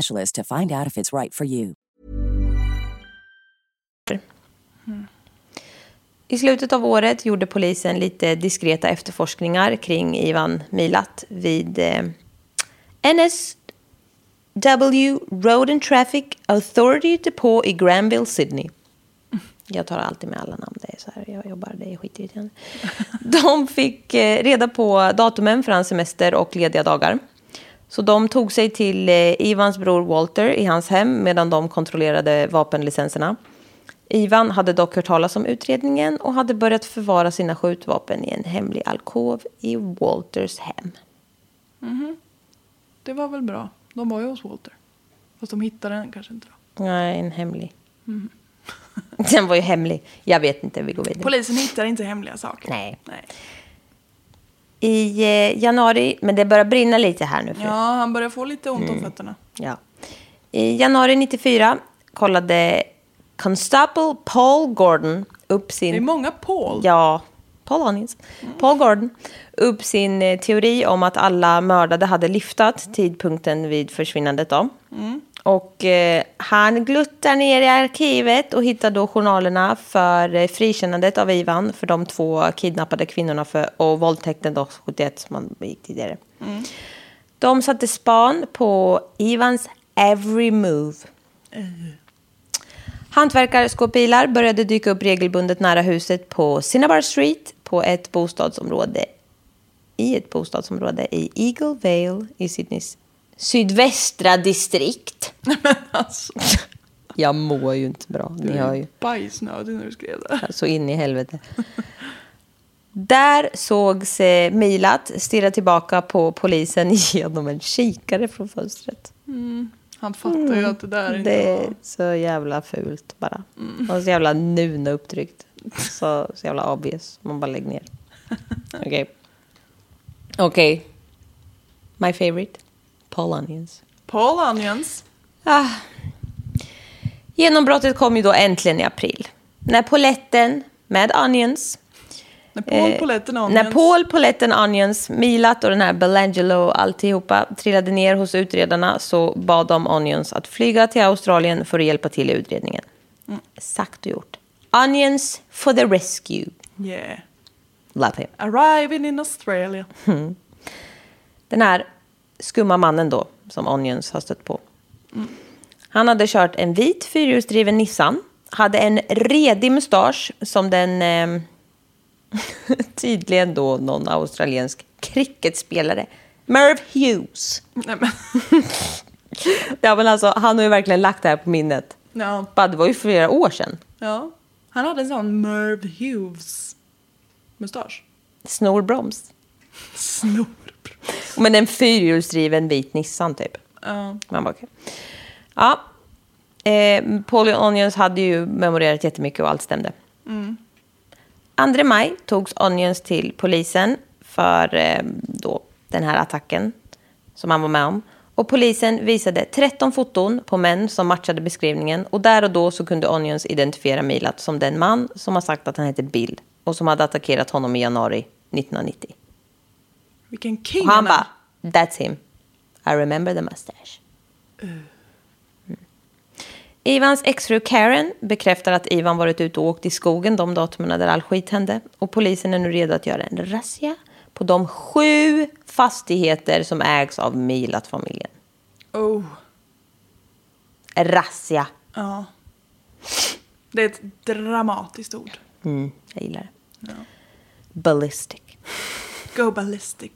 Speaker 1: to find out if it's right for you.
Speaker 2: I slutet av året gjorde polisen lite diskreta efterforskningar kring Ivan Milat vid eh, NSW Road and Traffic Authority Depot i Granville, Sydney. Jag tar alltid med alla namn, det är så här, jag jobbar, det är skitirriterande. [LAUGHS] De fick eh, reda på datumen för hans semester och lediga dagar. Så de tog sig till eh, Ivans bror Walter i hans hem medan de kontrollerade vapenlicenserna. Ivan hade dock hört talas om utredningen och hade börjat förvara sina skjutvapen i en hemlig alkov i Walters hem.
Speaker 3: Det var väl bra. De var ju hos Walter. Fast de hittade den kanske inte. Då.
Speaker 2: Nej, en hemlig. [LAUGHS] Den var ju hemlig. Jag vet inte, vi går vidare.
Speaker 3: Polisen hittar inte hemliga saker.
Speaker 2: Nej.
Speaker 3: Nej.
Speaker 2: I eh, januari, men det börjar brinna lite här nu. För
Speaker 3: Ja, han börjar få lite ont
Speaker 2: Mm.
Speaker 3: om fötterna.
Speaker 2: Ja. I januari 94 kollade Constable Paul Gordon upp
Speaker 3: Det är
Speaker 2: sin...
Speaker 3: många Paul.
Speaker 2: Ja, Paul Hannings. Paul Gordon. Upp sin eh, teori om att alla mördade hade lyftat tidpunkten vid försvinnandet. Då. Och eh, han gluttar ner i arkivet och hittar då journalerna för eh, frikännandet av Ivan för de två kidnappade kvinnorna för, och våldtäkten då 71 som man begick tidigare. De satte span på Ivans every move. Hantverkarskåpbilar började dyka upp regelbundet nära huset på Cinnabar Street på ett bostadsområde i ett bostadsområde i Eagle Vale i Sydneys sydvästra distrikt.
Speaker 3: Men [LAUGHS] alltså,
Speaker 2: Jag mår ju inte bra, ni hör ju.
Speaker 3: bajsnödig när du skrev det.
Speaker 2: Så in i helvete. Där sågs eh, Milat stirra tillbaka på polisen [LAUGHS] genom en kikare från fönstret.
Speaker 3: Han fattar ju att det där inte
Speaker 2: Mm. Det
Speaker 3: Mm. var...
Speaker 2: är så jävla fult bara. Och så jävla nuna upptryckt. Så, så jävla obvious. Man bara lägger
Speaker 3: [LAUGHS]
Speaker 2: ner. Okej. Okej. My favorite. Paul Onions.
Speaker 3: Paul Onions.
Speaker 2: Ah. Genombrottet kom ju då äntligen i april. När poletten med Onions
Speaker 3: När Paul, Polletten och
Speaker 2: Eh, När
Speaker 3: Onions-
Speaker 2: Paul, Poletten Onions, Milat och den här Belangelo alltihopa trillade ner hos utredarna så bad de Onions att flyga till Australien för att hjälpa till i utredningen.
Speaker 3: Mm.
Speaker 2: Sagt och gjort. Onions for the rescue.
Speaker 3: Yeah.
Speaker 2: Love him.
Speaker 3: Arriving in Australia.
Speaker 2: Den här skumma mannen då, som Onions har stött på. Han hade kört en vit fyrhjulsdriven Nissan. Hade en redig mustasch som den eh, [LAUGHS] tydligen då någon australiensk cricketspelare. Merv Hughes.
Speaker 3: Nej men,
Speaker 2: [LAUGHS] Ja, men alltså, han har ju verkligen lagt det här på minnet.
Speaker 3: ja.
Speaker 2: Bara, det var ju flera år sedan.
Speaker 3: ja. Han hade en sån Merv Hughes mustasch.
Speaker 2: Snorbroms.
Speaker 3: Snor.
Speaker 2: Men en fyrhjulsdriven vit Nissan typ.
Speaker 3: Ja.
Speaker 2: Man bara, okej. Ja. Eh, Paul och Onions hade ju memorerat jättemycket och allt stämde. Mm. 2 maj togs Onions till polisen för eh, då, den här attacken som han var med om. Och polisen visade 13 foton på män som matchade beskrivningen. Och där och då så kunde Onions identifiera Milat som den man som har sagt att han hette Bill. Och som hade attackerat honom i januari 1990.
Speaker 3: Vilken king
Speaker 2: Och han
Speaker 3: är.
Speaker 2: bara, that's him. I remember the mustache. Mm. Ivans exfru Karen bekräftar att Ivan varit ute och åkt i skogen de datumen där all skit hände. Och polisen är nu redo att göra en razzia på de sju fastigheter som ägs av Milat-familjen.
Speaker 3: Oh.
Speaker 2: Razzia.
Speaker 3: Ja. Det är ett dramatiskt ord.
Speaker 2: Mm, jag gillar det.
Speaker 3: Ja.
Speaker 2: Ballistic.
Speaker 3: Go ballistic.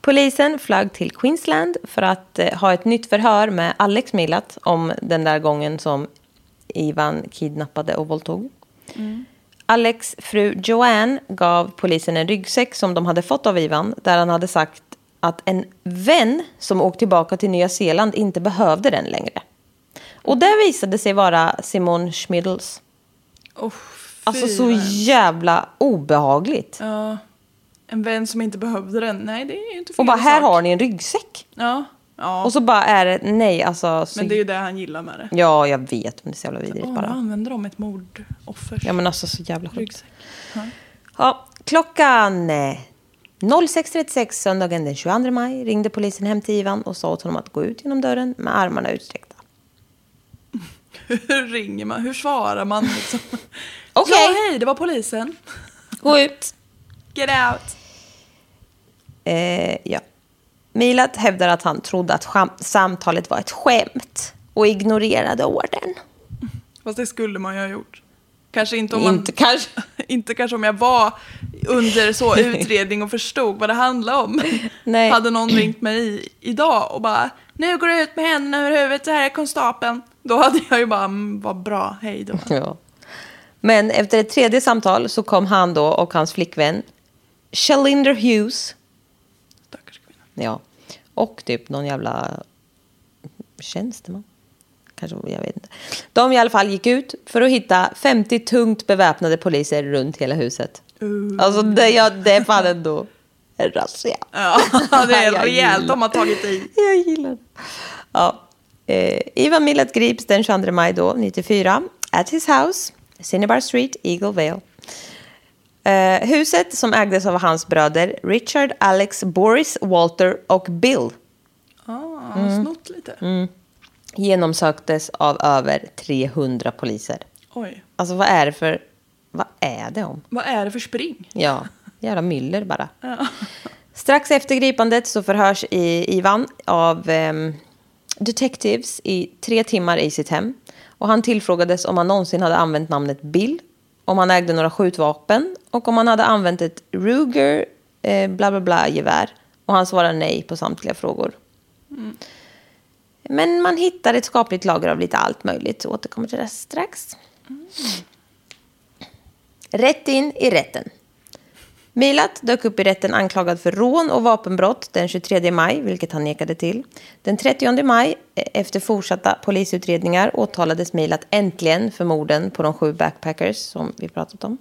Speaker 2: Polisen flög till Queensland för att eh, ha ett nytt förhör med Alex Millat om den där gången som Ivan kidnappade och våldtog.
Speaker 3: Mm.
Speaker 2: Alex fru Joanne gav polisen en ryggsäck som de hade fått av Ivan där han hade sagt att en vän som åkt tillbaka till Nya Zeeland inte behövde den längre. Och det visade sig vara Simon Schmiddels.
Speaker 3: Oh,
Speaker 2: Alltså
Speaker 3: fy,
Speaker 2: så
Speaker 3: vad-
Speaker 2: jävla obehagligt.
Speaker 3: Ja. En vän som inte behövde den. Nej, det är ju inte fel
Speaker 2: Och bara här
Speaker 3: sak.
Speaker 2: har ni en ryggsäck.
Speaker 3: Ja. Ja.
Speaker 2: Och så bara är det nej alltså. Så
Speaker 3: Men det är ju det han gillar med det.
Speaker 2: Ja, jag vet. Men det är så jävla vidrigt
Speaker 3: Åh, nu
Speaker 2: bara.
Speaker 3: använder de ett mordoffers
Speaker 2: Ja, men alltså så jävla sjukt.
Speaker 3: ryggsäck. [LAUGHS] Ja.
Speaker 2: Ja, klockan eh, 06.36 söndagen den 22 maj ringde polisen hem till Ivan och sa åt honom att gå ut genom dörren med armarna utsträckta.
Speaker 3: Hur ringer man? Hur svarar man? Liksom?
Speaker 2: [LAUGHS] Okej.
Speaker 3: Ja, hej, det var polisen.
Speaker 2: Gå ut!
Speaker 3: Get out.
Speaker 2: Eh, ja. Milat hävdar att han trodde att skam- samtalet var ett skämt och ignorerade orden.
Speaker 3: Fast det skulle man ju ha gjort. Kanske inte om man...
Speaker 2: Inte kanske.
Speaker 3: [LAUGHS] inte kanske om jag var
Speaker 2: [LAUGHS]
Speaker 3: under så utredning och förstod vad det handlade om.
Speaker 2: Nej.
Speaker 3: Hade någon ringt mig i, idag och bara nu går du ut med händerna över huvudet, det här är konstapeln. Då hade jag ju bara, "Mm, vad bra, hej då.
Speaker 2: Ja. Men efter ett tredje samtal så kom han då och hans flickvän Shalinder Hughes
Speaker 3: Stackars kvinna. [LAUGHS]
Speaker 2: Ja. Och typ någon jävla tjänsteman. Kanske, jag vet inte. De i alla fall gick ut för att hitta 50 tungt beväpnade poliser runt hela huset.
Speaker 3: Uh.
Speaker 2: Alltså det, ja, det är fan ändå en razzia.
Speaker 3: Ja, det är
Speaker 2: Jag
Speaker 3: rejält
Speaker 2: gillar-
Speaker 3: de har tagit i.
Speaker 2: Jag gillar det. Ja. Eh, Ivan Milat grips den 22 maj då, 94, at his house, Cinnabar Street, Eagle Vale. Eh, huset som ägdes av hans bröder Richard, Alex, Boris, Walter och Bill
Speaker 3: Ah, han
Speaker 2: Mm.
Speaker 3: har snott lite.
Speaker 2: genomsöktes av över 300 poliser.
Speaker 3: Oj,
Speaker 2: Alltså vad är det för... Vad är det om?
Speaker 3: vad är det för spring?
Speaker 2: Ja, jävla myller bara. Strax efter gripandet så förhörs i Ivan av ehm, detectives i tre timmar i sitt hem. Och han tillfrågades om han någonsin hade använt namnet Bill, om han ägde några skjutvapen och om han hade använt ett Ruger eh, bla bla bla gevär. Och han svarade nej på samtliga frågor. Men man hittar ett skapligt lager av lite allt möjligt. Återkommer till det strax. Rätt in i rätten. Milat dök upp i rätten anklagad för rån och vapenbrott den 23 maj, vilket han nekade till. Den 30 maj, eh, efter fortsatta polisutredningar, åtalades Milat äntligen för morden på de sju backpackers som vi pratat om.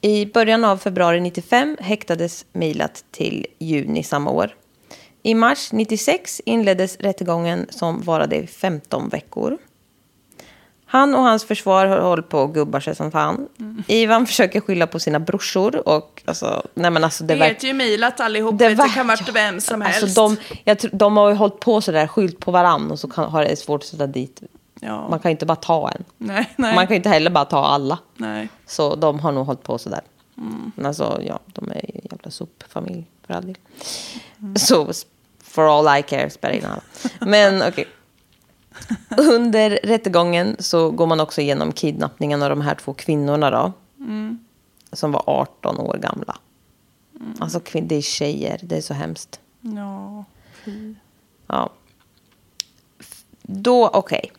Speaker 2: I början av februari 95 häktades Milat till juni samma år. I mars 96 inleddes rättegången som varade i 15 veckor. Han och hans försvar har hållit på och gubbar sig som fan.
Speaker 3: Mm.
Speaker 2: Ivan försöker skylla på sina brorsor och alltså, nej men alltså det
Speaker 3: Det
Speaker 2: verkar...
Speaker 3: heter ju Milat allihop.
Speaker 2: Det
Speaker 3: Det,
Speaker 2: var-
Speaker 3: kan varit vem som helst.
Speaker 2: Alltså de, jag tror, de har ju hållit på sådär, skylt på varann och så kan, har det svårt att sätta dit.
Speaker 3: Ja.
Speaker 2: Man kan ju inte bara ta en.
Speaker 3: Nej, nej.
Speaker 2: Man kan ju inte heller bara ta alla.
Speaker 3: nej.
Speaker 2: Så de har nog hållit på sådär. Men alltså, ja, de är ju en jävla sopfamilj för all del. Så, for all I care, spelar in alla. Men okej. Under rättegången så går man också igenom kidnappningen av de här två kvinnorna då. Som var 18 år gamla. Alltså, kvin- det är tjejer. Det är så hemskt.
Speaker 3: Ja. fy.
Speaker 2: Ja. F- Då, okej.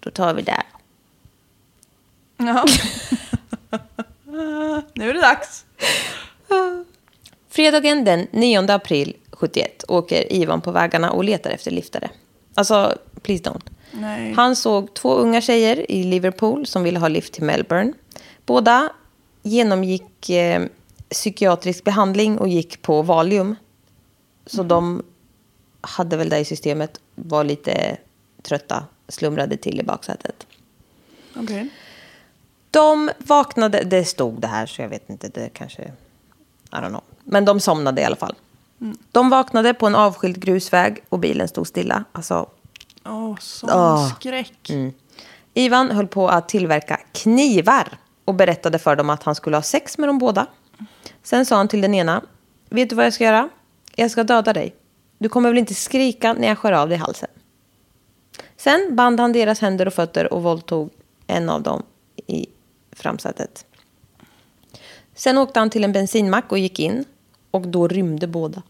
Speaker 2: Då tar vi där.
Speaker 3: [LAUGHS] Ja. nu är det dags.
Speaker 2: Fredagen den 9 april 71 åker Ivan på vägarna och letar efter liftare. Alltså, please don't.
Speaker 3: Nej.
Speaker 2: Han såg två unga tjejer i Liverpool som ville ha lift till Melbourne. Båda genomgick eh, psykiatrisk behandling och gick på Valium. Så de hade väl det i systemet, var lite trötta, slumrade till i baksätet.
Speaker 3: Okej.
Speaker 2: De vaknade, det stod det här så jag vet inte, det kanske, I don't know. Men de somnade i alla fall. De vaknade på en avskild grusväg och bilen stod stilla. Alltså,
Speaker 3: Åh, sån
Speaker 2: Ah.
Speaker 3: skräck.
Speaker 2: Ivan höll på att tillverka knivar och berättade för dem att han skulle ha sex med dem båda. Sen sa han till den ena, vet du vad jag ska göra? Jag ska döda dig. Du kommer väl inte skrika när jag skär av dig halsen? Sen band han deras händer och fötter och våldtog en av dem i framsätet. Sen åkte han till en bensinmack och gick in och då rymde båda.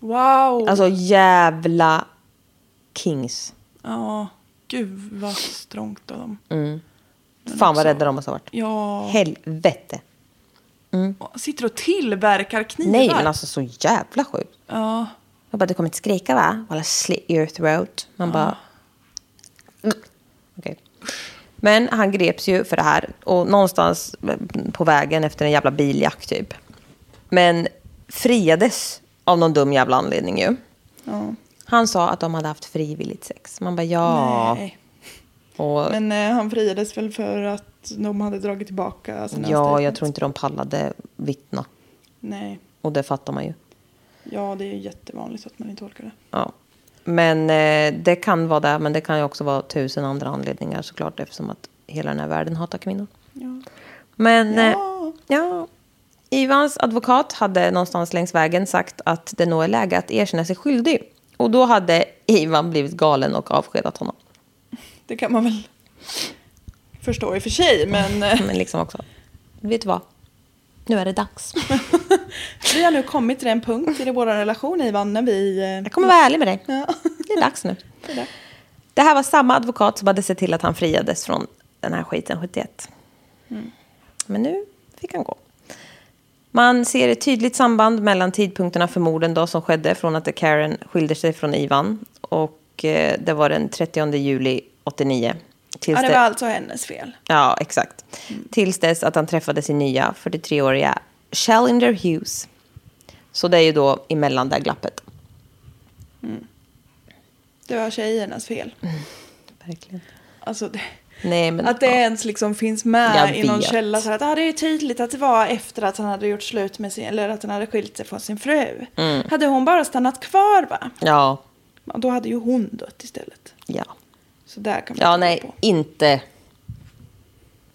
Speaker 3: Wow.
Speaker 2: Alltså jävla kings.
Speaker 3: Ja. Gud vad strångt av dem.
Speaker 2: Mm. Fan vad rädda de måste ha varit.
Speaker 3: Ja.
Speaker 2: Helvete.
Speaker 3: Sitter och tillverkar knivar.
Speaker 2: Mm. Nej, men alltså så jävla sjukt.
Speaker 3: Ja.
Speaker 2: Jag bara, du kommer inte skrika va? Well, I'll slit your throat. Man bara... "Mm." Okej. Men han greps ju för det här. Och någonstans mm, på vägen efter en jävla biljakt typ. Men friades av någon dum jävla anledning ju.
Speaker 3: ja.
Speaker 2: Han sa att de hade haft frivilligt sex. Man bara ja.
Speaker 3: Nej.
Speaker 2: Och,
Speaker 3: Men eh, han friades väl för att de hade dragit tillbaka sina
Speaker 2: ja, jag
Speaker 3: statements?
Speaker 2: tror inte de pallade vittna.
Speaker 3: Nej.
Speaker 2: Och det fattar man ju.
Speaker 3: Ja, det är ju jättevanligt att man inte orkar det.
Speaker 2: Ja. Men eh, det kan vara det, men det kan ju också vara tusen andra anledningar såklart eftersom att hela den här världen hatar kvinnor.
Speaker 3: Ja.
Speaker 2: Men ja.
Speaker 3: Ja.
Speaker 2: Eh, ja. Ivans advokat hade någonstans längs vägen sagt att det nog är läge att erkänna sig skyldig. Och då hade Ivan blivit galen och avskedat honom.
Speaker 3: Det kan man väl förstå i och för sig, men eh,
Speaker 2: Men liksom också, vet du vad? Nu är det dags.
Speaker 3: [LAUGHS] vi har nu kommit till den punkt i vår relation Ivan när vi... eh,
Speaker 2: Jag kommer vara ärlig med dig.
Speaker 3: Ja.
Speaker 2: Det är dags nu.
Speaker 3: det där.
Speaker 2: Det här var samma advokat som hade sett till att han friades från den här skiten 71.
Speaker 3: Mm.
Speaker 2: Men nu fick han gå. Man ser ett tydligt samband mellan tidpunkterna för morden då som skedde från att Karen skilde sig från Ivan. Och eh, det var den 30 juli 89. Tills
Speaker 3: Ja, det var Mm. alltså hennes fel.
Speaker 2: ja, exakt. Tills dess att han träffade sin nya 43-åriga Challenger Hughes. Så det är ju då emellan det här glappet.
Speaker 3: Det var tjejernas fel.
Speaker 2: Verkligen.
Speaker 3: Alltså, det,
Speaker 2: Nej, Mm. men,
Speaker 3: att det
Speaker 2: ja.
Speaker 3: ens liksom finns med
Speaker 2: Jag
Speaker 3: i någon
Speaker 2: vet.
Speaker 3: källa. Så här att ah, det är tydligt att det var efter att han hade gjort slut med sin, eller att han hade skilt sig från sin fru.
Speaker 2: Mm.
Speaker 3: Hade hon bara stannat kvar va?
Speaker 2: Ja,
Speaker 3: Ja, Då hade ju hon dött istället.
Speaker 2: ja.
Speaker 3: Så där kan man
Speaker 2: Ja,
Speaker 3: inte gå
Speaker 2: nej,
Speaker 3: på.
Speaker 2: inte.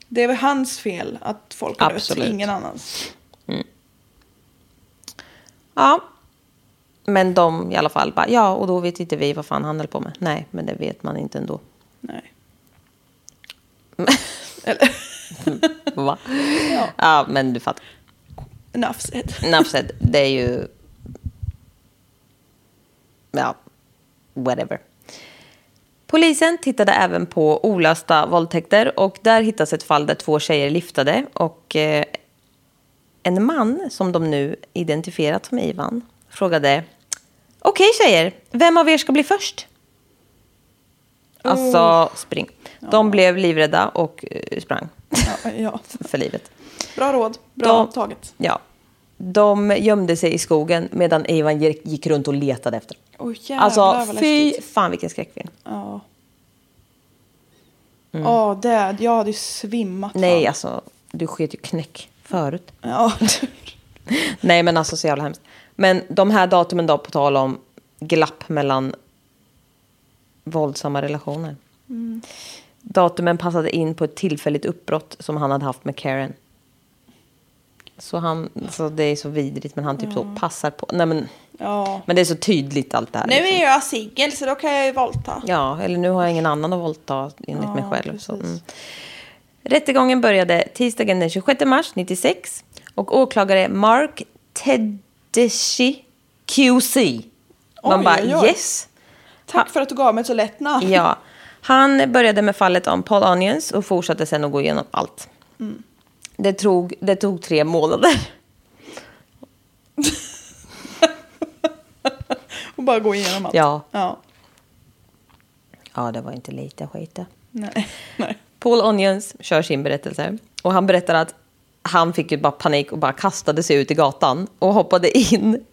Speaker 3: Det är väl hans fel att folk har
Speaker 2: Absolut.
Speaker 3: dött, ingen annans.
Speaker 2: Ja. Men de i alla fall bara, ja, och då vet inte vi vad fan han höll på med. Nej, men det vet man inte ändå. [LAUGHS]
Speaker 3: Nej.
Speaker 2: Va? ja.
Speaker 3: Ja.
Speaker 2: men du fattar.
Speaker 3: [LAUGHS]
Speaker 2: [LAUGHS]
Speaker 3: Enough said.
Speaker 2: Enough said, det är ju... Ja, whatever. Polisen tittade även på olösta våldtäkter och där hittas ett fall där två tjejer liftade och eh, en man som de nu identifierat som Ivan frågade Okej tjejer, vem av er ska bli först? Alltså, spring. De blev livrädda och eh, sprang
Speaker 3: Ja, ja.
Speaker 2: för livet.
Speaker 3: Bra råd, bra
Speaker 2: De-
Speaker 3: taget.
Speaker 2: Ja. de gömde sig i skogen medan Ivan gick gick runt och letade efter dem.
Speaker 3: Oj jävlar
Speaker 2: Alltså
Speaker 3: vad
Speaker 2: fy
Speaker 3: läskigt.
Speaker 2: fan vilken skräckfilm.
Speaker 3: Ja. Ja, det. Jag hade ju svimmat.
Speaker 2: Mm. Nej,
Speaker 3: fan.
Speaker 2: alltså du sket ju knäck förut.
Speaker 3: Ja. [LAUGHS]
Speaker 2: Nej, men alltså så jävla hemskt. Men de här datumen då, på tal om glapp mellan våldsamma relationer.
Speaker 3: Mm.
Speaker 2: Datumen passade in på ett tillfälligt uppbrott som han hade haft med Karen. Så han, så det är så vidrigt, men han typ så passar på. Nej, men,
Speaker 3: ja.
Speaker 2: men det är så tydligt allt det här.
Speaker 4: Nu
Speaker 2: liksom.
Speaker 4: är jag singel så då kan jag ju våldta.
Speaker 2: Ja, eller nu har jag ingen annan att våldta enligt
Speaker 3: Ja,
Speaker 2: mig själv. Så,
Speaker 3: precis.
Speaker 2: mm. Rättegången började tisdagen den 26 mars 96 och åklagare Mark Tedeschi QC. Man
Speaker 3: Oj,
Speaker 2: bara
Speaker 3: oj, oj.
Speaker 2: yes.
Speaker 3: Tack för att du gav mig ett så lätt namn.
Speaker 2: Ja. Han började med fallet om Paul Onions och fortsatte sen att gå igenom allt. Mm. Det, tog, det tog tre månader.
Speaker 3: Och bara gå igenom allt.
Speaker 2: Ja.
Speaker 3: ja.
Speaker 2: Ja, det var inte lite skit det.
Speaker 3: Nej. [LAUGHS] Nej.
Speaker 2: Paul Onions kör sin berättelse och han berättar att han fick ju bara panik och bara kastade sig ut i gatan och hoppade in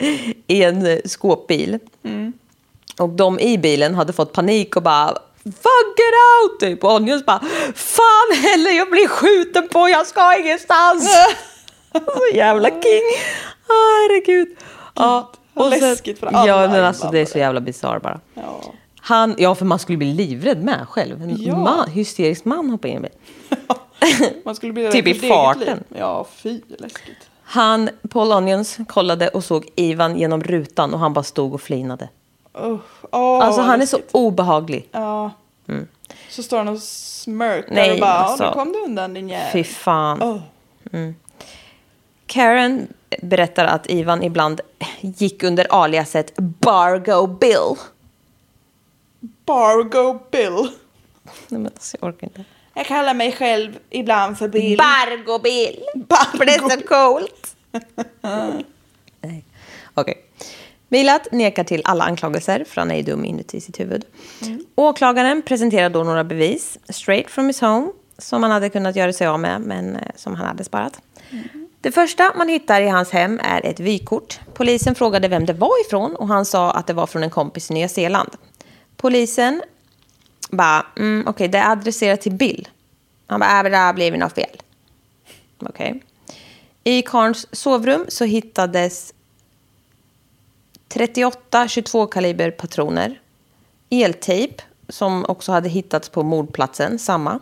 Speaker 2: i en eh, skåpbil.
Speaker 3: Mm.
Speaker 2: Och de i bilen hade fått panik och bara Fuck it out! Typ. Och Onions bara Fan heller jag blir skjuten på, jag ska ingenstans!
Speaker 3: [LAUGHS]
Speaker 2: Så jävla king! Åh herregud! Ja,
Speaker 3: vad
Speaker 2: och sen-
Speaker 3: läskigt för alla
Speaker 2: Ja, men alltså det är så
Speaker 3: inblandade.
Speaker 2: jävla bisarrt bara. [LAUGHS]
Speaker 3: Ja.
Speaker 2: Han, ja, för man skulle bli livrädd med själv. En
Speaker 3: Ja.
Speaker 2: man, hysterisk man hoppar in i bilen.
Speaker 3: Man skulle bli rädd
Speaker 2: Typ
Speaker 3: för
Speaker 2: i
Speaker 3: sitt eget
Speaker 2: farten.
Speaker 3: liv. Ja, fy läskigt.
Speaker 2: Han, Paul Onions, kollade och såg Ivan genom rutan och han bara stod och flinade.
Speaker 3: Usch. Åh,
Speaker 2: alltså
Speaker 3: vad
Speaker 2: han är
Speaker 3: läskigt.
Speaker 2: så obehaglig.
Speaker 3: Ja. Så står han och smörkar
Speaker 2: Nej,
Speaker 3: och bara,
Speaker 2: alltså.
Speaker 3: ja, nu kom du undan din jävel.
Speaker 2: Fy fan.
Speaker 3: Åh.
Speaker 2: Karen berättar att Ivan ibland gick under aliaset Bargo Bill.
Speaker 3: Bargo Bill.
Speaker 2: Nej men alltså jag orkar inte.
Speaker 4: Jag kallar mig själv ibland för Bill.
Speaker 2: Bargo Bill!
Speaker 3: Bargo
Speaker 2: För det är så coolt! [LAUGHS] Nej. Okej. Milat nekar till alla anklagelser för han är ju dum inuti sitt huvud. Åklagaren presenterar då några bevis straight from his home som han hade kunnat göra sig av med men eh, som han hade sparat. Det första man hittar i hans hem är ett vykort. Polisen frågade vem det var ifrån och han sa att det var från en kompis i Nya Zeeland. Polisen bara, mm, okej det är adresserat till Bill. Han bara, äh, men det här blir väl något fel. Okej. I Karns sovrum så hittades 38 22 kaliber patroner. Eltejp som också hade hittats på mordplatsen, samma.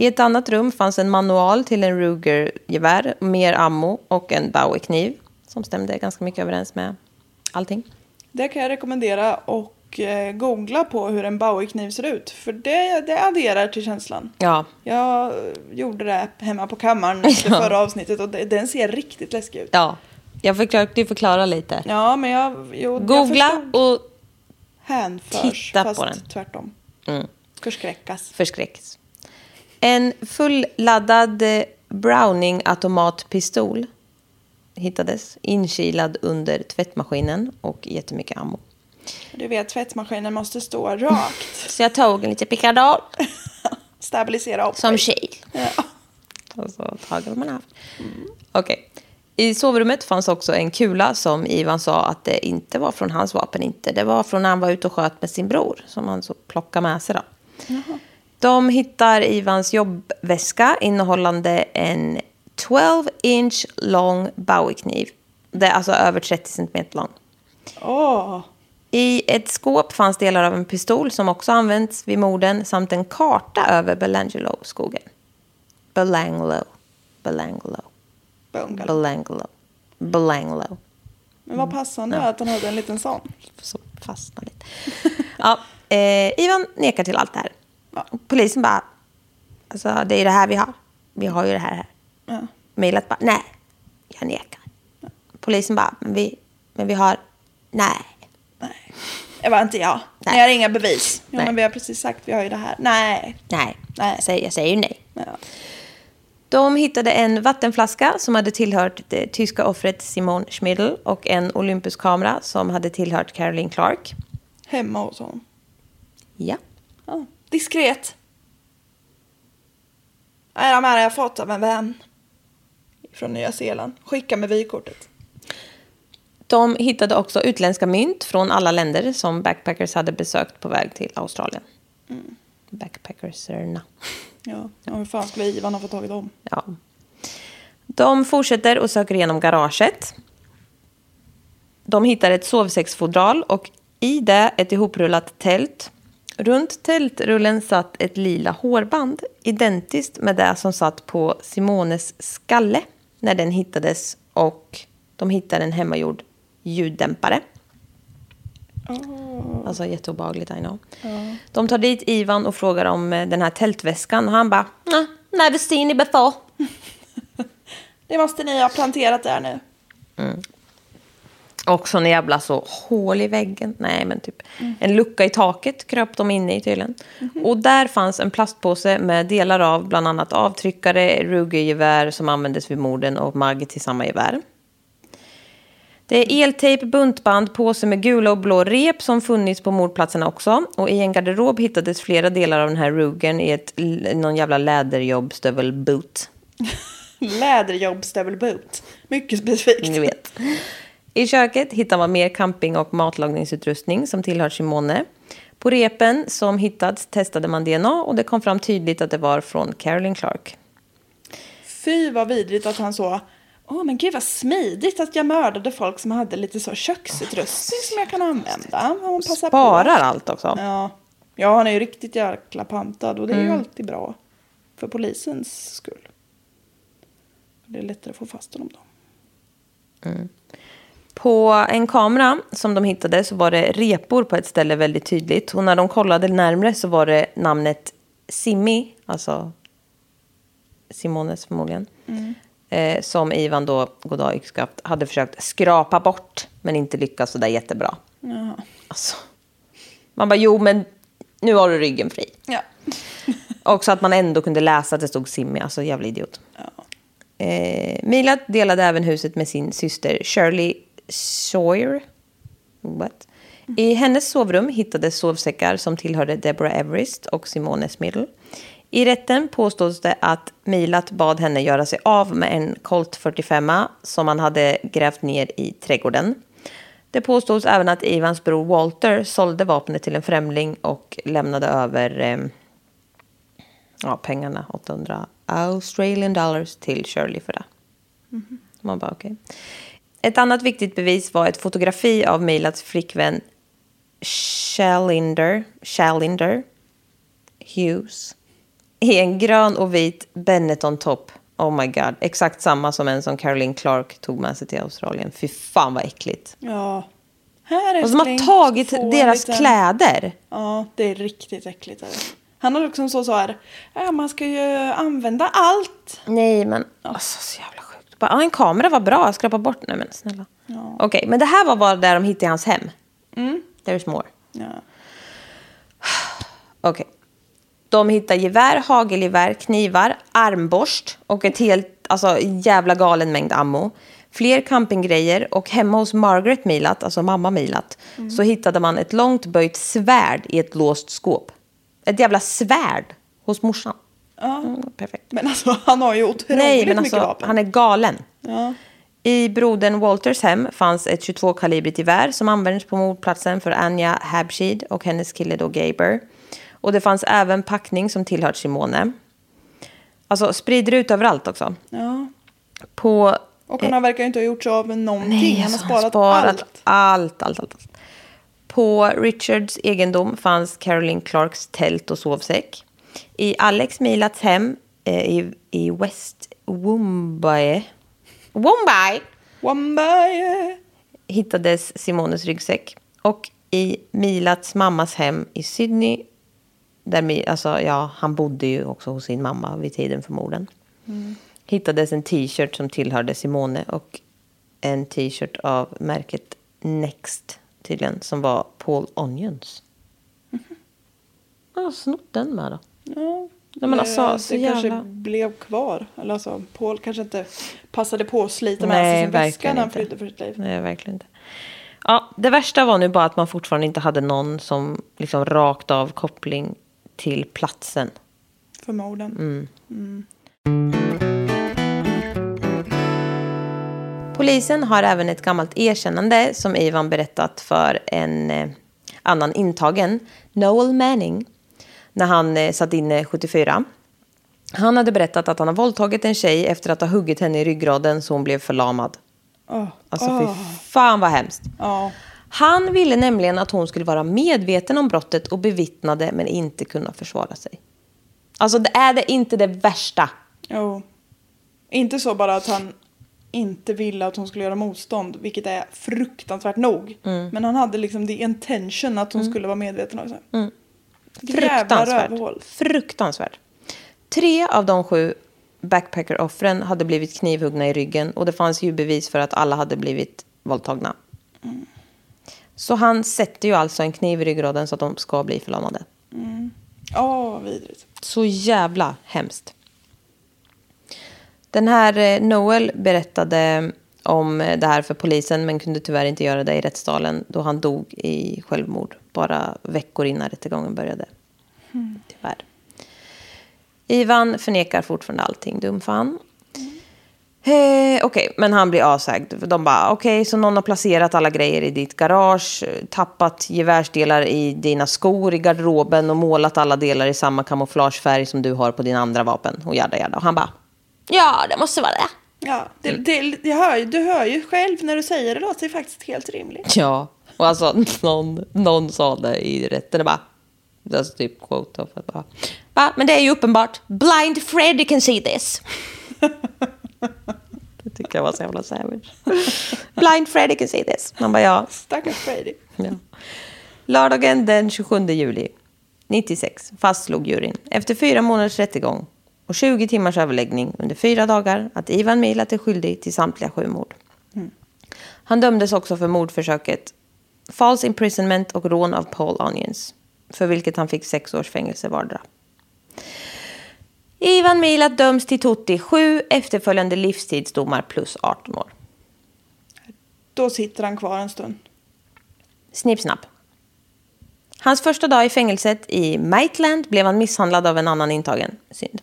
Speaker 2: I ett annat rum fanns en manual till en Ruger-gevär, mer ammo och en Bowie-kniv som stämde ganska mycket överens med allting.
Speaker 3: Det kan jag rekommendera och eh, googla på hur en Bowie-kniv ser ut. För det, det adderar till känslan.
Speaker 2: Ja,
Speaker 3: Jag eh, gjorde det hemma
Speaker 2: [LAUGHS]
Speaker 3: på kammaren efter förra avsnittet och det, den ser riktigt läskig ut.
Speaker 2: ja. jag försökte ju förklara lite.
Speaker 3: Ja, men jag... Jo, Jag
Speaker 2: Googla
Speaker 3: förstod.
Speaker 2: och
Speaker 3: Hänförs,
Speaker 2: Titta på
Speaker 3: fast
Speaker 2: den.
Speaker 3: tvärtom.
Speaker 2: Mm.
Speaker 3: Förskräckas.
Speaker 2: förskräcks. En fulladdad eh, Browning-automatpistol hittades inkilad under tvättmaskinen och jättemycket ammo.
Speaker 3: Du vet, tvättmaskinen måste stå rakt.
Speaker 2: Så jag tog en liten pickadoll
Speaker 3: Stabilisera upp.
Speaker 2: som kil.
Speaker 3: Ja.
Speaker 2: Och så Alltså, tagen man haft. Okej. I sovrummet fanns också en kula som Ivan sa att det inte var från hans vapen. Inte. Det var från när han var ute och sköt med sin bror som han så plockade med sig. Då. De hittar Ivans jobbväska innehållande en 12 inch lång Bowie-kniv. Det är alltså över 30 centimeter lång.
Speaker 3: Åh.
Speaker 2: I ett skåp fanns delar av en pistol som också använts vid morden samt en karta över Belangelo-skogen. Belangelo. Belangelo.
Speaker 3: Bungal.
Speaker 2: Belangelo. Belangelo.
Speaker 3: Men
Speaker 2: Mm.
Speaker 3: vad passande att han hade en liten sån.
Speaker 2: Så fastnar lite. Ja, eh, Ivan nekar till allt det här. Och Polisen bara, alltså det är ju det här vi har. Vi har ju det här här.
Speaker 3: Ja.
Speaker 2: Mejlat bara, nej, jag nekar. Polisen bara, men vi, men vi har, nej.
Speaker 3: Det var inte jag.
Speaker 2: Nej.
Speaker 3: Ni har inga bevis. Jo,
Speaker 2: Nej.
Speaker 3: men vi har precis sagt, vi har ju det här. Nej.
Speaker 2: Nej,
Speaker 3: Nej.
Speaker 2: Jag, säger, jag säger ju nej.
Speaker 3: Ja.
Speaker 2: De hittade en vattenflaska som hade tillhört det tyska offret Simon Schmidl och en Olympuskamera som hade tillhört Caroline Clark.
Speaker 3: Hemma hos honom.
Speaker 2: Ja.
Speaker 3: Ja. Diskret. Nej, de här har jag fått av en vän. Från Nya Zeeland. Skicka med vykortet.
Speaker 2: De hittade också utländska mynt från alla länder som backpackers hade besökt på väg till Australien. Backpackerserna.
Speaker 3: Ja. ja, hur fan skulle Ivan ha fått tagit om?
Speaker 2: Ja. De fortsätter och söker igenom garaget. De hittar ett sovsäcksfodral och i det ett ihoprullat tält. Runt tältrullen satt ett lila hårband identiskt med det som satt på Simones skalle när den hittades och de hittar en hemmagjord ljuddämpare. Alltså jätteobehagligt, I know. De tar dit Ivan och frågar om eh, den här tältväskan och han bara "Nah, “Never seen it before”.
Speaker 4: Det måste ni ha planterat där nu.
Speaker 2: Och sån jävla så hål i väggen. Nej, men typ en lucka i taket kröp de in i tydligen. Och där fanns en plastpåse med delar av bland annat avtryckare, Ruger-gevär som användes vid morden och Maggie till samma gevär. Det är eltejp, buntband, påse med gula och blå rep som funnits på mordplatserna också. Och i en garderob hittades flera delar av den här Rugen i ett, l- någon jävla läderjobbstövelboot.
Speaker 4: Läderjobbstövelboot. Mycket specifikt.
Speaker 2: Ni vet. I köket hittar man mer camping och matlagningsutrustning som tillhör Simone. På repen som hittats testade man DNA och det kom fram tydligt att det var från Carolyn Clark.
Speaker 4: Fy vad vidrigt att han så... Åh men gud vad smidigt att jag mördade folk som hade lite så köksutrustning som jag kan använda. Om man passar
Speaker 2: Sparar
Speaker 4: på.
Speaker 2: allt också.
Speaker 4: Ja. ja, han är ju riktigt jäkla pantad och det är
Speaker 2: Mm.
Speaker 4: ju alltid bra. För polisens skull. Det är lättare att få fast honom då.
Speaker 2: På en kamera som de hittade så var det repor på ett ställe väldigt tydligt. Och när de kollade närmre så var det namnet Simmi, alltså Simones förmodligen.
Speaker 4: Mm.
Speaker 2: Eh, som Ivan då, goddag yxskaft, hade försökt skrapa bort men inte lyckats sådär jättebra.
Speaker 4: Jaha.
Speaker 2: Alltså. Man bara, jo men nu har du ryggen fri.
Speaker 4: Ja.
Speaker 2: Och så att man ändå kunde läsa att det stod Simmi, alltså jävla idiot. Eh, Milad delade även huset med sin syster Shirley Sawyer. What? I hennes sovrum hittades sovsäckar som tillhörde Deborah Everest och Simone Smiddle. I rätten påstås det att Milat bad henne göra sig av med en Colt 45 som han hade grävt ner i trädgården. Det påstås även att Ivans bror Walter sålde vapnet till en främling och lämnade över ehm, ja, pengarna, 800 Australian dollars, till Shirley för det. Man bara okej. Ett annat viktigt bevis var ett fotografi av Milats flickvän Shalinder, Shalinder Hughes i en grön och vit Benetton-topp. Oh my god, exakt samma som en som Caroline Clark tog med sig till Australien. Fy fan vad äckligt.
Speaker 4: Ja. Här är
Speaker 2: Och som har tagit deras kläder.
Speaker 4: Ja, det är riktigt äckligt. Är det. Han har också så, så här, ja, man ska ju använda allt.
Speaker 2: Nej, men alltså så jävla sjukt. Bara, ja, en kamera var bra, skrapa bort. Nej, men snälla.
Speaker 4: Ja. Mm.
Speaker 2: Okej, men det här var bara där de hittade i hans hem. There's more.
Speaker 4: Ja.
Speaker 2: Okej. De hittar gevär, hagelgevär, knivar, armborst och ett helt, alltså jävla galen mängd ammo. Fler campinggrejer och hemma hos Margaret Milat, alltså mamma Milat,
Speaker 4: Mm.
Speaker 2: så hittade man ett långt böjt svärd i ett låst skåp. Ett jävla svärd hos morsan.
Speaker 4: Ja.
Speaker 2: Mm, perfekt.
Speaker 4: Men alltså han har ju otroligt
Speaker 2: Nej, men
Speaker 4: mycket
Speaker 2: alltså,
Speaker 4: vapen.
Speaker 2: han är galen.
Speaker 4: Ja.
Speaker 2: I brodern Walters hem fanns ett 22-kalibrigt gevär som användes på mordplatsen för Anja Habshid och hennes kille då Gaber. Och det fanns även packning som tillhört Simone. Alltså sprider ut överallt också.
Speaker 4: ja.
Speaker 2: På...
Speaker 4: Och han verkar ju inte ha gjort sig av med någonting.
Speaker 2: Eh. Nej,
Speaker 4: han har
Speaker 2: alltså,
Speaker 4: sparat, allt.
Speaker 2: allt, allt, allt, allt. På Richards egendom fanns Caroline Clarks tält och sovsäck. I Alex Milats hem eh, i, i West Wombai, Wombai
Speaker 4: Wambaye.
Speaker 2: hittades Simones ryggsäck. Och i Milats mammas hem i Sydney, där Mi, alltså, ja, han bodde ju också hos sin mamma vid tiden för morden,
Speaker 4: Mm.
Speaker 2: hittades en t-shirt som tillhörde Simone och en t-shirt av märket Next, tydligen, som var Paul Onions. Han har snott den med då.
Speaker 4: Mhm. Ja.
Speaker 2: Nej, men alltså,
Speaker 4: det
Speaker 2: så
Speaker 4: Eh, det
Speaker 2: jävla-
Speaker 4: kanske blev kvar. Eller alltså, Paul kanske inte passade på att slita med
Speaker 2: Nej,
Speaker 4: sig sin väska
Speaker 2: verkligen
Speaker 4: när han
Speaker 2: inte.
Speaker 4: flydde för sitt liv.
Speaker 2: Nej, verkligen inte. Ja, det värsta var nu bara att man fortfarande inte hade någon som liksom rakt av koppling till platsen.
Speaker 4: För
Speaker 2: Mm.
Speaker 4: morden.
Speaker 2: Mm. Polisen har även ett gammalt erkännande som Ivan berättat för en eh, annan intagen, Noel Manning, när han eh, satt inne 74. Han hade berättat att han har våldtagit en tjej efter att ha huggit henne i ryggraden så hon blev förlamad.
Speaker 4: Åh,
Speaker 2: Alltså
Speaker 4: åh,
Speaker 2: fy fan vad hemskt.
Speaker 4: Ja.
Speaker 2: Han ville nämligen att hon skulle vara medveten om brottet och bevittnade men inte kunna försvara sig. Alltså det är det inte det värsta.
Speaker 4: Jo. Inte så bara att han inte ville att hon skulle göra motstånd, vilket är fruktansvärt nog.
Speaker 2: Mm.
Speaker 4: Men han hade liksom the intention att hon skulle vara medveten om det. Mm.
Speaker 2: Fruktansvärt. Fruktansvärt. Tre av de sju backpacker-offren hade blivit knivhuggna i ryggen och det fanns ju bevis för att alla hade blivit våldtagna. Så han sätter ju alltså en kniv i ryggraden så att de ska bli förlamade.
Speaker 4: Ja, vad vidrigt.
Speaker 2: Så jävla hemskt. Den här eh, Noel berättade om eh, det här för polisen men kunde tyvärr inte göra det i rättssalen då han dog i självmord bara veckor innan rättegången började. Tyvärr. Ivan förnekar fortfarande allting, dum fan. Eh, Okej, men han blir avsagd. För De bara, okej, så någon har placerat alla grejer i ditt garage, tappat gevärsdelar i dina skor i garderoben och målat alla delar i samma kamouflagefärg som du har på dina andra vapen. Och jada, jada. Och han bara, ja, det måste vara det.
Speaker 4: Ja, det,
Speaker 2: Mm.
Speaker 4: det, jag hör, ju- du hör ju själv när du säger det låter ju faktiskt helt rimligt.
Speaker 2: Ja, och alltså [LAUGHS] någon, någon sa det i rätten och bara, det är alltså typ quote of att bara, va, men det är ju uppenbart, blind Freddy can see this. det tycker jag var så jävla savage. [LAUGHS] blind Freddy can see this. Man bara, ja.
Speaker 4: Stackars Brady.
Speaker 2: Ja. Lördagen den 27 juli 96 fastslog juryn efter fyra månaders rättegång och 20 timmars överläggning under fyra dagar att Ivan Milat är skyldig till samtliga sju mord. Han dömdes också för mordförsöket, false imprisonment och rån av Paul Onions för vilket han fick sex års fängelse vardera. Ivan Milat döms till Totti sju efterföljande livstidsdomar plus 18 år.
Speaker 4: Då sitter han kvar en stund.
Speaker 2: Snippsnapp. Hans första dag i fängelset i Maitland blev han misshandlad av en annan intagen. Synd.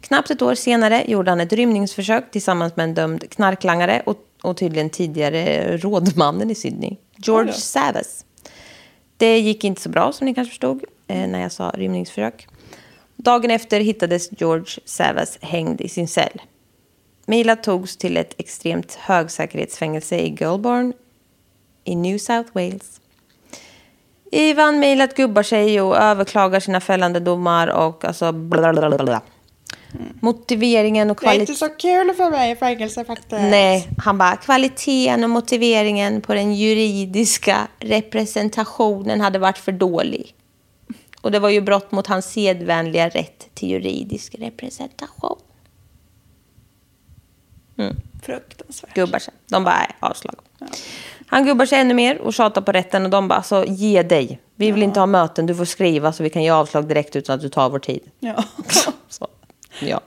Speaker 2: Knappt ett år senare gjorde han ett rymningsförsök tillsammans med en dömd knarklangare och, och tydligen tidigare rådmannen i Sydney, George
Speaker 4: Oj då.
Speaker 2: Savas. Det gick inte så bra som ni kanske förstod eh, när jag sa rymningsförsök. Dagen efter hittades George Savas hängd i sin cell. Mila togs till ett extremt högsäkerhetsfängelse i Goulburn i New South Wales. Ivan Milat gubbar sig och överklagar sina fällande domar och alltså blablabla. Motiveringen och kvaliteten.
Speaker 4: kul för eh, mig i fängelse faktiskt.
Speaker 2: Nej, han bara kvaliteten och motiveringen på den juridiska representationen hade varit för dålig. Och det var ju brott mot hans sedvänliga rätt till juridisk representation.
Speaker 4: Fruktansvärt.
Speaker 2: Gubbar sig. De bara, nej, avslag. Han gubbar sig ännu mer och tjatar på rätten och de bara, alltså ge dig. Vi vill inte ha möten, du får skriva så vi kan ge avslag direkt utan att du tar vår tid. [LAUGHS]
Speaker 4: Ja.
Speaker 2: Så, ja.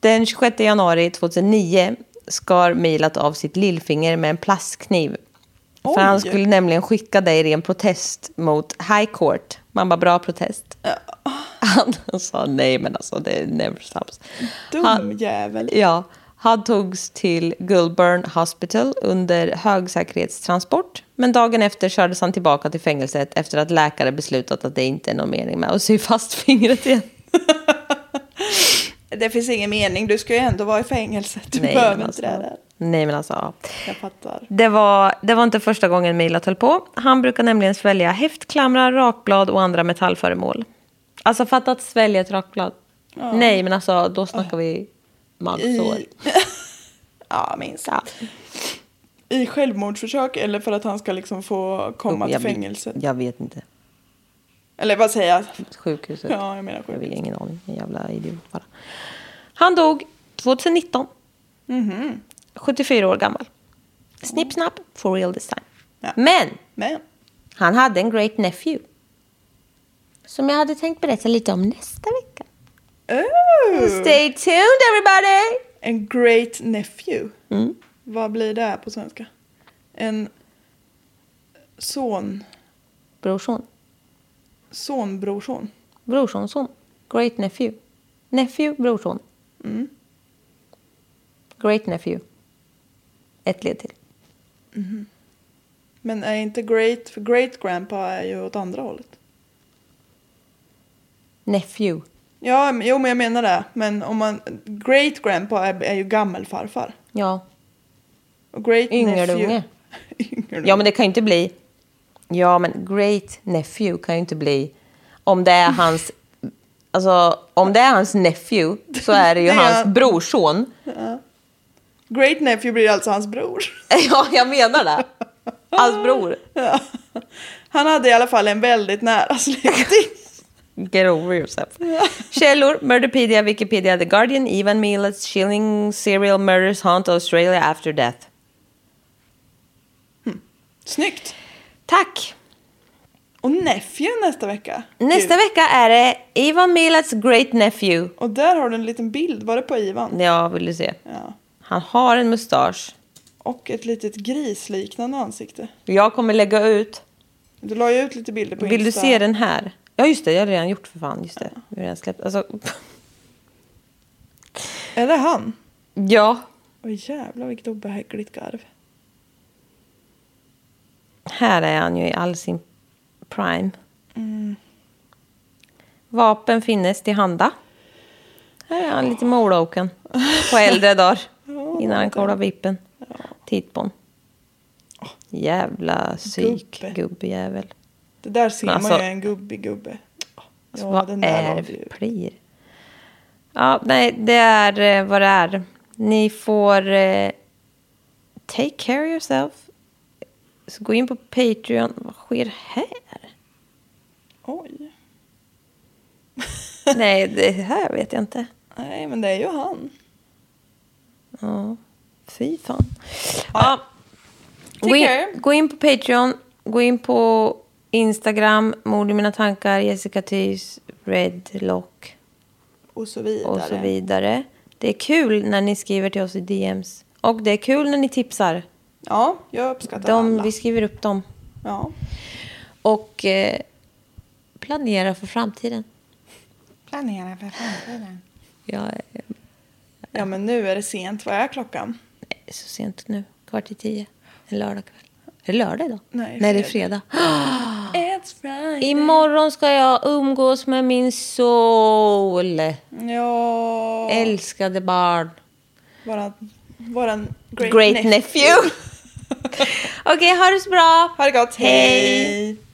Speaker 2: Den 26 januari 2009 skar Milat av sitt lillfinger med en plastkniv. För
Speaker 4: Oj.
Speaker 2: han skulle nämligen skicka det i ren protest mot High Court. Man bara, bra protest. Han sa nej, men alltså det är never stops.
Speaker 4: Dum
Speaker 2: Han-
Speaker 4: jävel.
Speaker 2: Ja, han togs till Goulburn Hospital under högsäkerhetstransport. Men dagen efter kördes han tillbaka till fängelset efter att läkare beslutat att det inte är någon mening med att sy fast fingret igen.
Speaker 4: Det finns ingen mening, du ska ju ändå vara i fängelse. [LAUGHS] Du
Speaker 2: Nej,
Speaker 4: behöver inte
Speaker 2: men alltså,
Speaker 4: det där.
Speaker 2: nej, men alltså. ja.
Speaker 4: Jag fattar.
Speaker 2: Det var, det var inte första gången Milat höll på. Han brukar nämligen svälja häftklamrar, rakblad och andra metallföremål. Alltså fatta att svälja ett rakblad. Nej, men alltså då snackar vi magsår.
Speaker 4: I... ja, minst.
Speaker 2: Ja.
Speaker 4: I självmordsförsök eller för att han ska liksom få komma till
Speaker 2: Oh, Jag vet-
Speaker 4: fängelset?
Speaker 2: Jag vet inte.
Speaker 4: Eller vad säger jag?
Speaker 2: Sjukhuset.
Speaker 4: Ja, jag menar
Speaker 2: Jag har
Speaker 4: sjukhus.
Speaker 2: ingen aning. En jävla idiot bara. Han dog 2019.
Speaker 4: Mhm.
Speaker 2: 74 år gammal. Snipp, snapp, for real this time.
Speaker 4: Ja.
Speaker 2: Men
Speaker 4: Men
Speaker 2: han hade en great nephew. Som jag hade tänkt berätta lite om nästa vecka.
Speaker 3: Mm.
Speaker 4: Oh,
Speaker 2: Stay tuned everybody!
Speaker 4: en great nephew.
Speaker 2: Mm.
Speaker 4: Vad blir det här på svenska? En son,
Speaker 2: Brorson.
Speaker 4: sonbrorson.
Speaker 2: Brorsonson. Great nephew. Nephew, brorson. Great nephew. Ett led till.
Speaker 3: Men är inte great, för great grandpa är ju åt andra hållet.
Speaker 2: Nephew.
Speaker 3: Ja, men- jo men jag menar det. Men om man, great grandpa är, är ju gammelfarfar.
Speaker 2: Ja.
Speaker 3: Och great
Speaker 2: Yngelunge.
Speaker 3: [LAUGHS] nephew- Yngelunge.
Speaker 2: ja, men det kan ju inte bli... Ja, men great nephew kan ju inte bli... Om det är hans... Alltså, om det är hans nephew så är det ju
Speaker 3: Det är-
Speaker 2: hans brorson. [LAUGHS]
Speaker 3: Great nephew blir alltså hans bror.
Speaker 2: Ja, jag menar det. Hans bror.
Speaker 3: Ja. Han hade i alla fall en väldigt
Speaker 2: [LAUGHS]
Speaker 3: nära släkting.
Speaker 2: Get over yourself. Källor, Murderpedia, Wikipedia, The Guardian, Ivan Milas, Shilling, Serial Murders, Haunt Australia After Death.
Speaker 3: Snyggt!
Speaker 2: Tack!
Speaker 3: Och nephew nästa vecka.
Speaker 2: Nästa
Speaker 3: Gud.
Speaker 2: vecka är det Ivan Milas Great Nephew.
Speaker 3: Och där har du en liten bild. Var det på Ivan?
Speaker 2: Ja, vill du se.
Speaker 3: Ja.
Speaker 2: Han har en mustasch.
Speaker 3: Och ett litet grisliknande ansikte.
Speaker 2: Jag kommer lägga ut.
Speaker 3: Du la ju ut lite bilder på
Speaker 2: Vill du
Speaker 3: Insta.
Speaker 2: se den här? Ja, just det. Jag har redan gjort för fan. Just det. Jag har redan släppt. Alltså, [LAUGHS]
Speaker 3: Är det han?
Speaker 2: ja.
Speaker 3: Åh jävlar vilket obehagligt garv.
Speaker 2: Här är han ju i all sin prime.
Speaker 3: Mm.
Speaker 2: Vapen finnes till handa. Här är han lite med olåken på äldre
Speaker 3: [LAUGHS]
Speaker 2: dagar. Innan han kollar vippen. Titt på hon. Jävla psyk,
Speaker 3: Gubbe.
Speaker 2: gubbjävel.
Speaker 3: Det där ser
Speaker 2: Men
Speaker 3: man
Speaker 2: alltså-
Speaker 3: ju är en gubbig gubbe.
Speaker 2: Alltså,
Speaker 3: Ja, den
Speaker 2: vad
Speaker 3: där
Speaker 2: är
Speaker 3: var
Speaker 2: det
Speaker 3: vi
Speaker 2: för
Speaker 3: ju.
Speaker 2: plir? Ja, nej, det är eh, vad det är. Ni får eh, take care of yourself. Så gå in på Patreon. Vad sker här?
Speaker 3: [LAUGHS] Oj.
Speaker 2: Nej, det här vet jag inte.
Speaker 3: Nej men det är ju han.
Speaker 2: Ja, fy fan. Ja. Gå, in,
Speaker 3: Tycker.
Speaker 2: gå in på Patreon, gå in på Instagram, Mord i mina tankar, Jessica Thys, Red Lock
Speaker 3: Och så vidare.
Speaker 2: och så vidare. Det är kul när ni skriver till oss i DMs. Och det är kul när ni tipsar.
Speaker 3: Ja, jag uppskattar
Speaker 2: De,
Speaker 3: alla.
Speaker 2: vi skriver upp dem.
Speaker 3: Ja.
Speaker 2: Och eh, planerar för framtiden.
Speaker 3: Planera för framtiden.
Speaker 2: Jag är
Speaker 3: Ja men nu är det sent. Vad är klockan?
Speaker 2: så sent nu, kvart i tio, en lördagkväll. Är det lördag idag?
Speaker 3: Nej,
Speaker 2: Nej, det är fredag.
Speaker 3: It's Friday.
Speaker 2: Imorgon ska jag umgås med min sol.
Speaker 3: Ja.
Speaker 2: Älskade barn.
Speaker 3: Våran, våran great, [LAUGHS]
Speaker 2: Great, nephew. Okej, ha det så bra.
Speaker 3: Ha det gott.
Speaker 2: Hej.
Speaker 3: Hej.